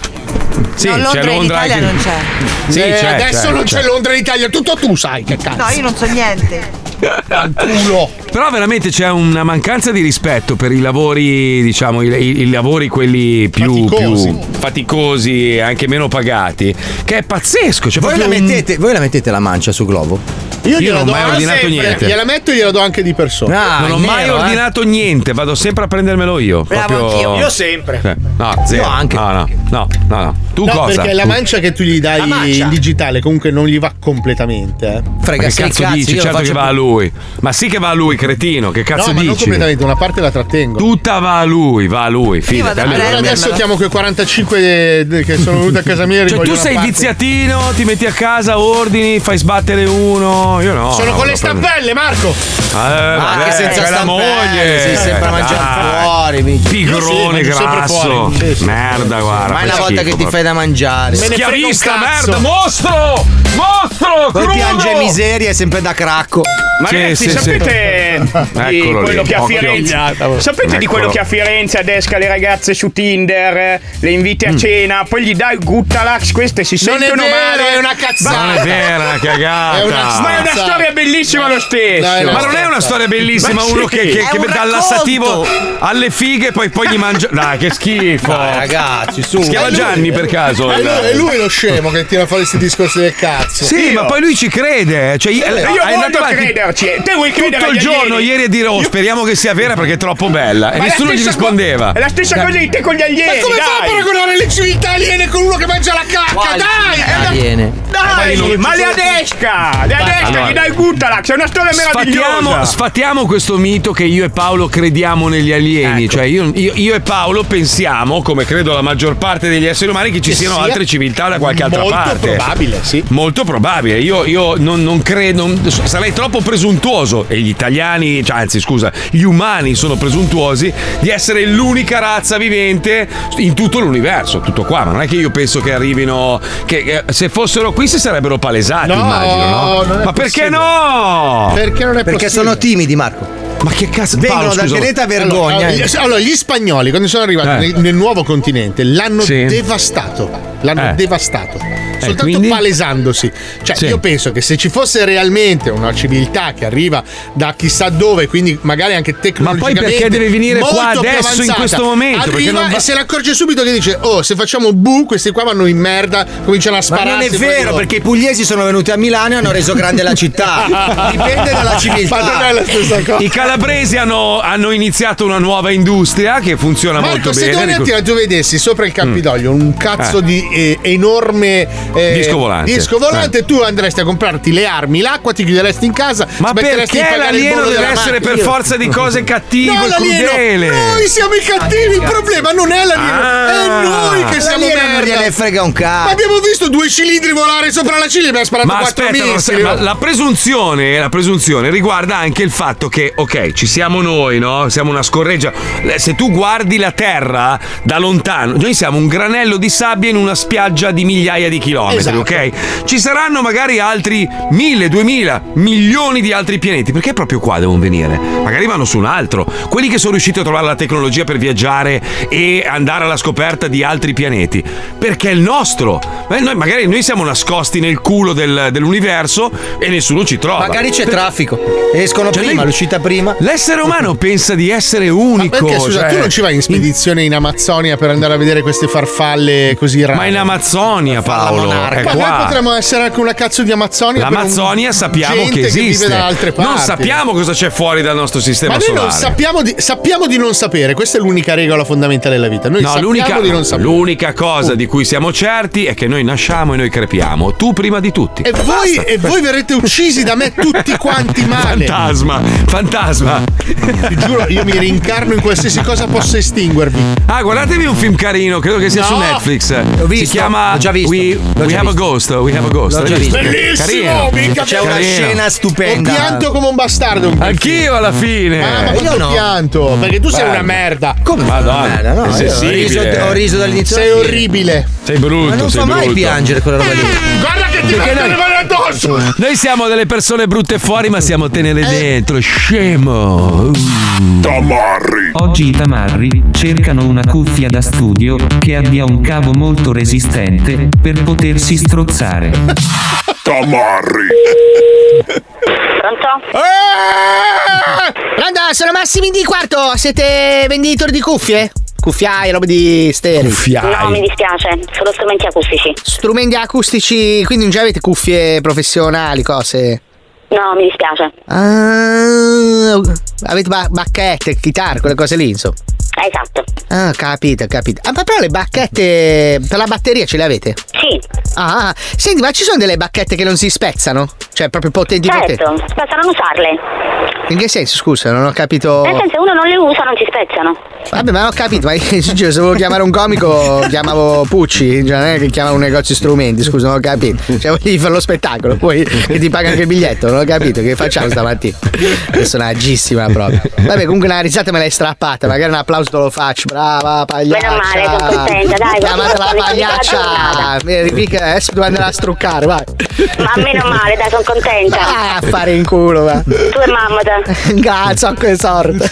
Sì, No, c'è Londra in Londra Italia anche- non c'è. Sì, Eh, c'è, adesso c'è, non c'è, c'è. Londra in Italia, tutto tu sai che cazzo. No, io non so niente. Però veramente c'è una mancanza di rispetto per i lavori, diciamo, i, i- i lavori quelli più Faticosi. più faticosi e anche meno pagati, che è pazzesco. Cioè, voi, la proprio un- mettete, voi la mettete la mancia su Globo? Io gliela non ho do- mai ah, ordinato sempre. niente. Gliela metto e gliela do anche di persona. eh. non ho mai ordinato niente, vado sempre a prendermelo io. Bravo proprio... anch'io. Io sempre. Eh, No, zero. No, anche. No, no, no, no, no. Tu no, cosa? perché la Tu- mancia che tu gli dai in digitale comunque non gli va completamente. Eh. Ma che cazzo dici? Certo che va a lui. Ma sì che va a lui, cretino. Che cazzo No, ma non dici? completamente, una parte la trattengo. Tutta va a lui, va a lui. Fidati. Allora, almeno- adesso chiamo quei 45 de- de- che sono venuti a casa mia e Cioè, rivoglio tu una sei parte. viziatino, ti metti a casa, ordini, fai sbattere uno. Io no. Sono no, con no, proprio- le stampelle, Marco! Eh, Ma vabbè, anche senza c'è la stampelle, moglie. sì, sembra Eh, mangiare dai. fuori, minchia. Pigrone Io sì, mangio sempre grasso. fuori, sì, sì. Merda, guarda. Ma è fai una volta schifo che ti proprio. fai da mangiare. Me ne frega un Schiavista, cazzo. merda, mostro! Mostro! Poi crudo! piange miseria, è sempre da cracco. Ma ragazzi, sapete di Eccolo quello lì, che a occhio. Firenze oh. Eccolo. Sapete di Ecco. quello che a Firenze adesca le ragazze su Tinder, eh, le inviti a Mm. cena, poi gli dai il guttalax, queste si Non è sentono vero, male. è una cazzata. Ma- Non è vera, è una Ah, cagata. È una- Ma è una storia bellissima lo stesso. Ma non è una storia bellissima Ma uno sì. che, che, È che un dà racconto. l'assativo eh, alle fighe e poi, poi gli <laughs> mangia. Dai, che schifo. ragazzi, su. Si chiama È eh, lui. Gianni per caso. È il- lui, è lui lo scemo che tira fuori questi discorsi del cazzo. Sì, ma poi lui ci crede. Cioè, Io è voglio andato avanti crederci, eh. Te vuoi credere tutto il agli giorno alieni? ieri a dire: Oh, speriamo che sia vera perché è troppo bella. E Ma è la nessuno gli stessa co- rispondeva. È la stessa cosa di te con gli alieni. Ma come fa a dai. paragonare le civiltà aliene con uno che mangia la cacca? Quali Dai! civiltà è una- aliene? Dai, Dai, ma le adesca! Le adesca, Allora. gli dai il guttalax, è una storia Sfatiamo, meravigliosa. sfatiamo questo mito che io e Paolo crediamo negli alieni. Ecco. Cioè, io, io- io e Paolo pensiamo, come credo la maggior parte degli esseri umani, che ci Che siano sia altre civiltà da qualche altra molto parte. probabile, sì. Molto probabile. Io, io non, non credo, non- sarei troppo presuntuoso. E gli italiani, cioè, anzi, scusa, gli umani sono presuntuosi di essere l'unica razza vivente in tutto l'universo. Tutto qua. Ma non è che io penso che arrivino. Che, che se fossero qui si sarebbero palesati, No, immagino, no? non è ma perché possibile. no? <laughs> Perché non è Perché possibile? sono timidi, Marco. Ma che cazzo? Vengono dal pianeta vergogna. Allora, gli, allora, gli spagnoli, quando sono arrivati Eh. nel, nel nuovo continente, l'hanno Sì. devastato. L'hanno Eh. devastato. Soltanto Eh, quindi? palesandosi. Cioè, io penso che se ci fosse realmente una civiltà che arriva da chissà dove, quindi magari anche tecnologicamente perché deve venire qua molto più adesso, in avanzata, questo momento? Perché Arriva non va- e se ne accorge subito che dice: Oh, se facciamo bu, questi qua vanno in merda, cominciano a Ma sparare. non è vero, perché i pugliesi <laughs> sono venuti a Milano e hanno reso grande la città. Dipende dalla civiltà. Ma non è la stessa cosa. I calabresi hanno, hanno iniziato una nuova industria che funziona Marco, molto se bene. domani Ricor- mattina tu vedessi sopra il Campidoglio un cazzo Eh. di eh, enorme eh, Disco volante. disco volante, tu andresti a comprarti le armi, l'acqua, ti chiuderesti in casa, Ma perché smetteresti di pagare il l'alieno bollo deve della essere macchina? per forza di cose cattivo No, e l'alieno- crudele? Noi siamo i cattivi, il problema non è l'alieno, Ah. è noi che siamo L'alieno non merda. gliene frega un cazzo. Ma abbiamo visto due cilindri volare sopra la Cile e abbiamo sparato Ma quattro aspetta, ma missili. se- ma no? la presunzione, la presunzione riguarda anche il fatto che, ok, ci siamo noi, no? Siamo una scorreggia. Le- Se tu guardi la Terra da lontano, noi siamo un granello di sabbia in una spiaggia di migliaia di chilometri, Esatto. ok? Ci saranno magari altri mille, duemila, milioni di altri pianeti. Perché proprio qua devono venire? Magari vanno su un altro. Quelli che sono riusciti a trovare la tecnologia per viaggiare e andare alla scoperta di altri pianeti. Perché è il nostro. Beh, noi, magari noi siamo nascosti nel culo del- dell'universo e nessuno ci trova. Magari c'è Perché- traffico. Escono Cioè, prima, lei- l'uscita prima. L'essere umano pensa di essere unico. Perché scusa, cioè- tu non ci vai in spedizione in Amazzonia per andare a vedere queste farfalle così rare? Ma in Amazzonia, Paolo. È Ma noi qua. potremmo essere anche una cazzo di Amazzonia. per un- L'Amazzonia sappiamo gente che esiste. vive da altre parti. Non sappiamo cosa c'è fuori dal nostro sistema Ma noi solare. non sappiamo di, sappiamo di non sapere, questa è l'unica regola fondamentale della vita. Noi No, sappiamo l'unica, di non sapere. l'unica cosa di cui siamo certi è che noi nasciamo e noi crepiamo. Tu prima di tutti. E voi, Basta. e voi verrete uccisi da me tutti <laughs> quanti male. Fantasma, fantasma. Ti giuro, io mi rincarno in qualsiasi cosa possa estinguervi. Ah, guardatevi un film carino, credo che sia No. su Netflix. L'ho visto, si chiama l'ho già visto, We, l'ho We già Have a visto. Ghost. We Have a Ghost. L'ho già L'hai visto? visto. Carino. Bellissimo, mica C'è una Carino. scena Ho pianto come un bastardo. in quel Anch'io film. alla fine. Ah, ma Io quanto no. pianto? Perché tu sei Bello. una merda. Come Madonna, merda, no? è Io ho sensibile. riso- ho riso dall'inizio Sei alla fine. orribile. Sei brutto, Ma non sei fa mai brutto. piangere quella roba lì. Guarda che ti Perché metto noi- le mani addosso. Noi siamo delle persone brutte fuori, ma siamo tenere Eh. dentro. Scemo. Uh. Tamarri. Oggi i tamarri cercano una cuffia da studio che abbia un cavo molto resistente per potersi strozzare. Tamarri. Pronto, sono Massimi di quarto, siete venditori di cuffie? Cuffiai, robe di stereo. No, mi dispiace, sono strumenti acustici. Strumenti acustici, quindi non già avete cuffie professionali, cose. No, mi dispiace. Ah, avete ba- bacchette, chitarre, quelle cose lì, insomma. Esatto. Ah, capito, capito. Ah, ma però le bacchette per la batteria ce le avete? Sì. Ah, ah. senti, ma ci sono delle bacchette che non si spezzano? Cioè, proprio potenti Certo, potenti. aspetta, non usarle. In che senso, scusa, non ho capito. Oh. Nel senso, uno non le usa, non si spezzano. Vabbè, ma ho capito, ma io, se volevo chiamare un comico, chiamavo Pucci, cioè non è che chiamavo un negozio strumenti, scusa, non ho capito. Cioè, volevi fare lo spettacolo, poi che ti paga anche il biglietto, non ho capito, che facciamo <laughs> stamattina? Personaggissima proprio. Vabbè, comunque una risata me l'hai strappata, magari un applauso te lo faccio, brava pagliaccia. Meno male, sono contenta, dai, Chiamate la guarda, pagliaccia. Vieni qui che adesso devo andare a struccare, vai. Ma <laughs> meno male, dai, sono contenta. Ah, fare in culo, va. Tu e mamma te. Grazie, ho quel sorte.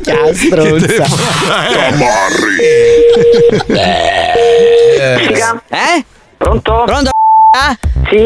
<laughs> Chiastruzza. Eh? Pronto? Pronto? Ah?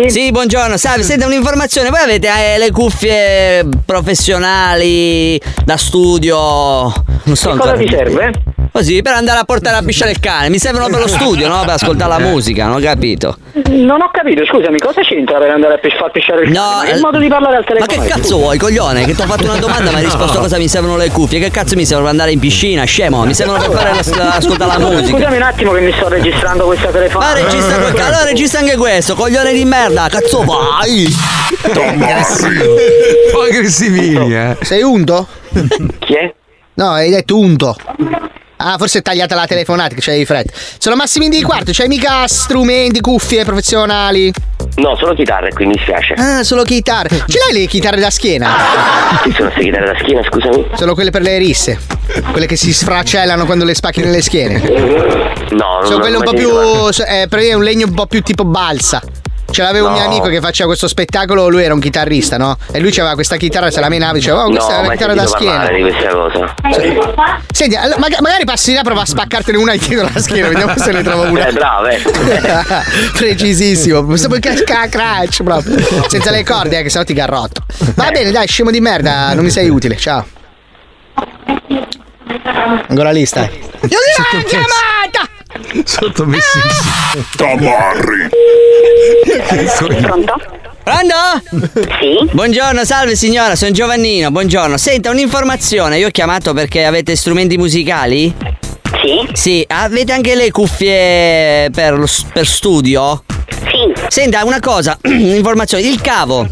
Sì. buongiorno. Salve, senta un'informazione. Voi avete eh, le cuffie professionali da studio. Non so Che cosa ancora. ti serve? Così, per andare a portare a pisciare il cane. Mi servono per lo studio, no? Per ascoltare la musica, non ho capito. Non ho capito, scusami, cosa c'entra per andare a pis- far pisciare il No, cane? È eh, il modo di parlare al Ma telefono. che cazzo vuoi, coglione? Che ti ho fatto una domanda, ma hai risposto No. cosa mi servono le cuffie. Che cazzo mi servono per andare in piscina, scemo? Mi servono per fare la- ascoltare la musica. Scusami un attimo che mi sto registrando questa telefonata. Ma registra quel- allora registra anche questo, coglione di merda, cazzo vai! <laughs> Un po' aggressivini, eh. Sei unto? Chi è? No, hai detto unto. Ah, forse è tagliata la telefonata che c'hai di fretta. Sono Massimini di quarto, c'hai mica strumenti, cuffie professionali. No, sono chitarre qui, mi dispiace. Ah, solo chitarre. Ce l'hai le chitarre da schiena? Ci sono queste chitarre da schiena, scusami? Sono quelle per le risse. Quelle che si sfracellano quando le spacchi nelle schiene. No, non Sono quelle un po' più. Eh, prendi un legno un po' più tipo balsa. Ce l'aveva un mio No. amico che faceva questo spettacolo, lui era un chitarrista, no? E lui aveva questa chitarra, se la menava, diceva, oh, questa è una chitarra da schiena. di questa cosa. Senti, allora, maga- magari passi là, prova a spaccartene una dietro la schiena, vediamo se ne trovo una. Eh, bravo, eh. <laughs> Precisissimo, sembra il ca- crash proprio. Senza le corde, eh, che sennò ti garrotto. Eh. Va bene, dai, scemo di merda, non mi sei utile, ciao. Ancora lì stai. Io l'ho chiamata! Sottomessissimo. Tamarri. Pronto? Pronto? Sì. Buongiorno, salve signora, sono Giovannino, buongiorno. Senta, un'informazione, io ho chiamato perché avete strumenti musicali? Sì. Sì, avete anche le cuffie per, lo s- per studio? Sì. Senta, una cosa, <clears throat> informazione, il cavo.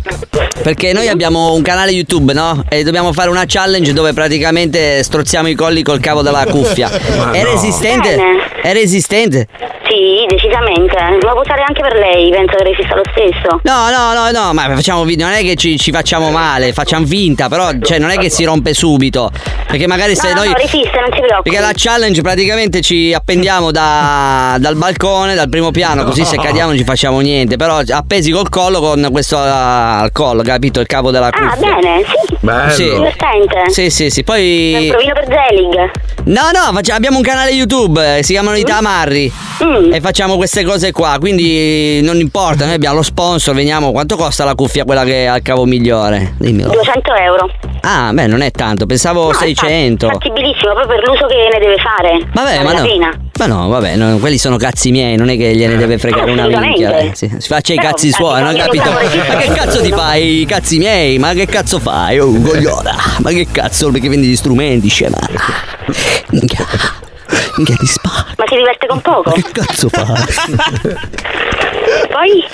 Perché noi abbiamo un canale YouTube, no? E dobbiamo fare una challenge dove praticamente strozziamo i colli col cavo della cuffia. Ma è no. resistente? Bene. È resistente? Sì, decisamente. Lo può usare anche per lei, penso che resista lo stesso. No, no, no, Ah, no, ma facciamo vi- non è che ci, ci facciamo male, facciamo vinta, però cioè, non è che si rompe subito. Perché magari se No, noi. no, resiste, non si preoccupi. perché la challenge praticamente ci appendiamo da- dal balcone, dal primo piano, così se No. cadiamo non ci facciamo niente. Però appesi col collo con questo ah, al collo, capito? Il cavo della cuffia. Ah, bene, sì. Bello. Sì. Divertente. Sì, sì, sì, poi. Un provino per Zelig. No, no, faccia- abbiamo un canale YouTube, eh, si Mm. chiamano I Tamarri. E facciamo queste cose qua, quindi non importa, noi abbiamo lo sponsor, veniamo. Quanto costa la cuffia quella che ha il cavo migliore? Dimmelo. 200 euro. Ah, beh, non è tanto, pensavo 600. Fattibilissimo, proprio per l'uso che ne deve fare. Vale Vabbè, ma la no. pena. Ma no, vabbè, no, quelli sono cazzi miei, non è che gliene deve fregare una Assolutamente. minchia. eh, sì. Si faccia i Però, cazzi suoi, non eh, capito? dobbiamo Ma registrare che cazzo ti tutto, no? fai? I cazzi miei? Ma che cazzo fai? Oh, cogliona! Ma che cazzo? Perché vendi gli strumenti, scema? Minchia. Minchia, ti sparo. Ma si diverte con poco. Che cazzo <laughs> fai? Poi?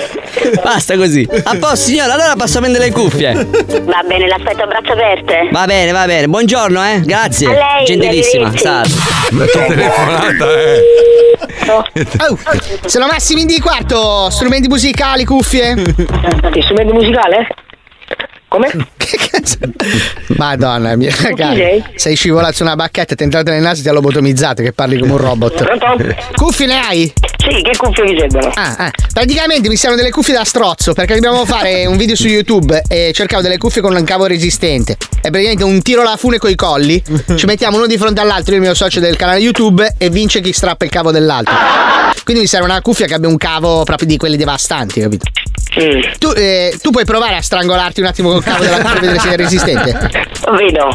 Basta così. A posto, signora, allora passo a prendere le cuffie. Va bene, l'aspetto a braccia aperte. Va bene, va bene. Buongiorno, eh. Grazie. A lei, Gentilissima. arrivederci. Salve. Ma che telefonata, eh. Oh, sono Massimi di quarto, strumenti musicali, cuffie. Strumento musicale? Come? Che cazzo? Madonna mia, ragazzi. Sei scivolato su una bacchetta, ti è entrata nel naso e ti ha lobotomizzato che parli come un robot. Pronto? Cuffie ne hai? Sì, che cuffie vi servono? Ah, ah. Praticamente mi servono delle cuffie da strozzo perché dobbiamo fare un video su YouTube e cercavo delle cuffie con un cavo resistente. È praticamente un tiro alla fune coi colli. Ci mettiamo uno di fronte all'altro, io e il mio socio del canale YouTube e vince chi strappa il cavo dell'altro. Quindi mi serve una cuffia che abbia un cavo proprio di quelli devastanti, capito? Mm. Tu, eh, tu puoi provare a strangolarti un attimo col cavo della cuffia e vedere se è resistente. Vedo.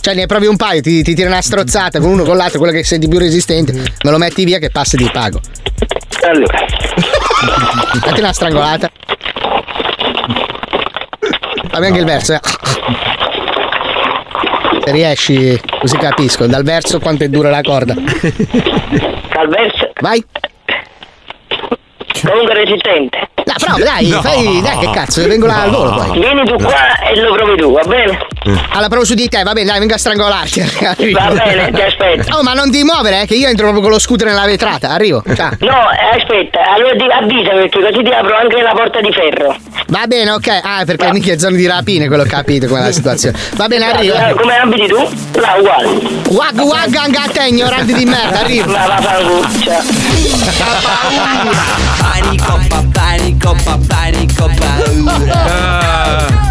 Cioè ne provi un paio, ti, ti tira una strozzata con uno con l'altro, quello che senti più resistente, me lo metti via che passa e ti pago. Allora. Fatti una strangolata. Fammi anche il verso. eh. Se riesci, così capisco, dal verso quanto è dura la corda. Dal verso? Vai. Comunque resistente. No, prova, dai, fai- dai, che cazzo, vengo là al volo poi. Vieni tu qua e lo provi tu, va bene? Alla Eh. provo su di te, va bene, dai, vengo a strangolarti. <laughs> arrivo. Va bene, ti aspetto. Oh, ma non ti muovere, eh, che io entro proprio con lo scooter nella vetrata, arrivo. Ciao. No, eh, aspetta, allora ti avvisa perché così ti apro anche la porta di ferro. Va bene, ok. Ah, perché mica è zona di rapine, quello ho capito come è la situazione. Va bene, arrivo. Eh, Come abiti tu? Là, uguale. Wag wag angatè, ignorante di merda, arrivo. Va, va, va, ciao. Panico, pa- panico, pa- panico, paura.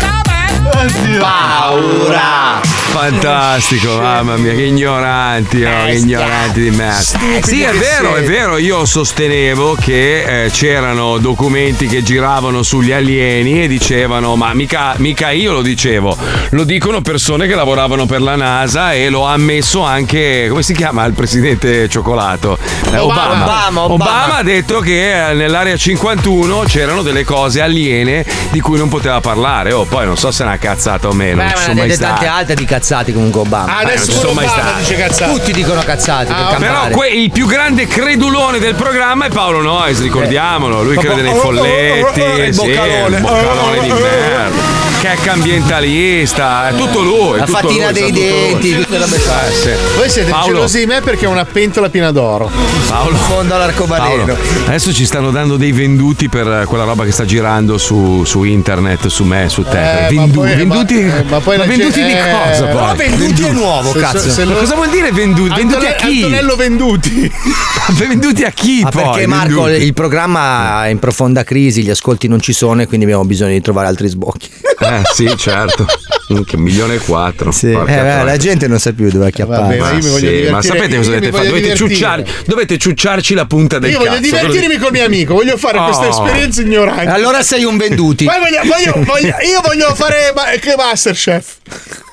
Paura. Fantastico, mamma mia, che ignoranti, oh, che ignoranti di merda. Stupidi Sì, è che vero, è siete. vero, io sostenevo che eh, c'erano documenti che giravano sugli alieni e dicevano, ma mica, mica io lo dicevo, lo dicono persone che lavoravano per la NASA e lo ha ammesso anche, come si chiama il presidente cioccolato? Eh, Obama. Obama, Obama. ha detto che eh, nell'area 51 c'erano delle cose aliene di cui non poteva parlare, oh, poi non so se è una cazzata o meno, Beh, non ci ma sono ne ha mai dette stato. tante altre di cazzate comunque Obama. Ah, adesso Eh, non ci sono pure mai Obama stati. dice cazzate. Tutti dicono cazzate per Però campare. que- il più grande credulone del programma è Paolo Noyes, ricordiamolo. Eh. Lui crede Oh, nei folletti, il sì, boccalone. il boccalone di merda. Che è ambientalista, è tutto lui. La tutto fatina lui, dei sa tutto lui. denti, tutte robe sue. Eh, sì. Voi siete Paolo, gelosi di me perché ho una pentola piena d'oro. Paolo. fondo all'arcobaleno. Paolo, adesso ci stanno dando dei venduti per eh, quella roba che sta girando su, su internet, su me, su te. Eh, ma Vendu- poi- venduti ma- eh, ma poi ma la venduti gente- di eh, cosa? però poi? venduti è nuovo, Se- cazzo. se- se lo- cosa vuol dire venduti? Venduti a Antone- chi? Antonello venduti. <laughs> venduti a chi? Ma Ah, perché Marco il programma è in profonda crisi, gli ascolti non ci sono e quindi abbiamo bisogno di trovare altri sbocchi. Eh sì, certo. Minchia, Un milione e quattro. Eh, porca beh, troia. la gente non sa più dove acchiappare. Ah, ma, sì, ma sapete cosa dovete fare? Dovete, ciucciare- dovete ciucciarci la punta del Io cazzo. voglio divertirmi col mio amico, voglio fare questa Oh. esperienza ignorante. Allora sei un venduti. Poi voglio, <laughs> voglio- voglio- io voglio fare ma- che Masterchef.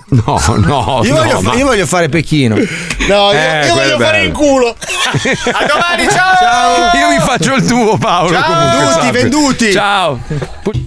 No, no, io, no, voglio, ma- io voglio fare Pechino. No, io, Eh, io quello voglio è fare bello. <laughs> il culo. A domani, ciao! Io mi faccio il tuo, Paolo. Ciao, comunque, venduti, sappi. venduti. Ciao.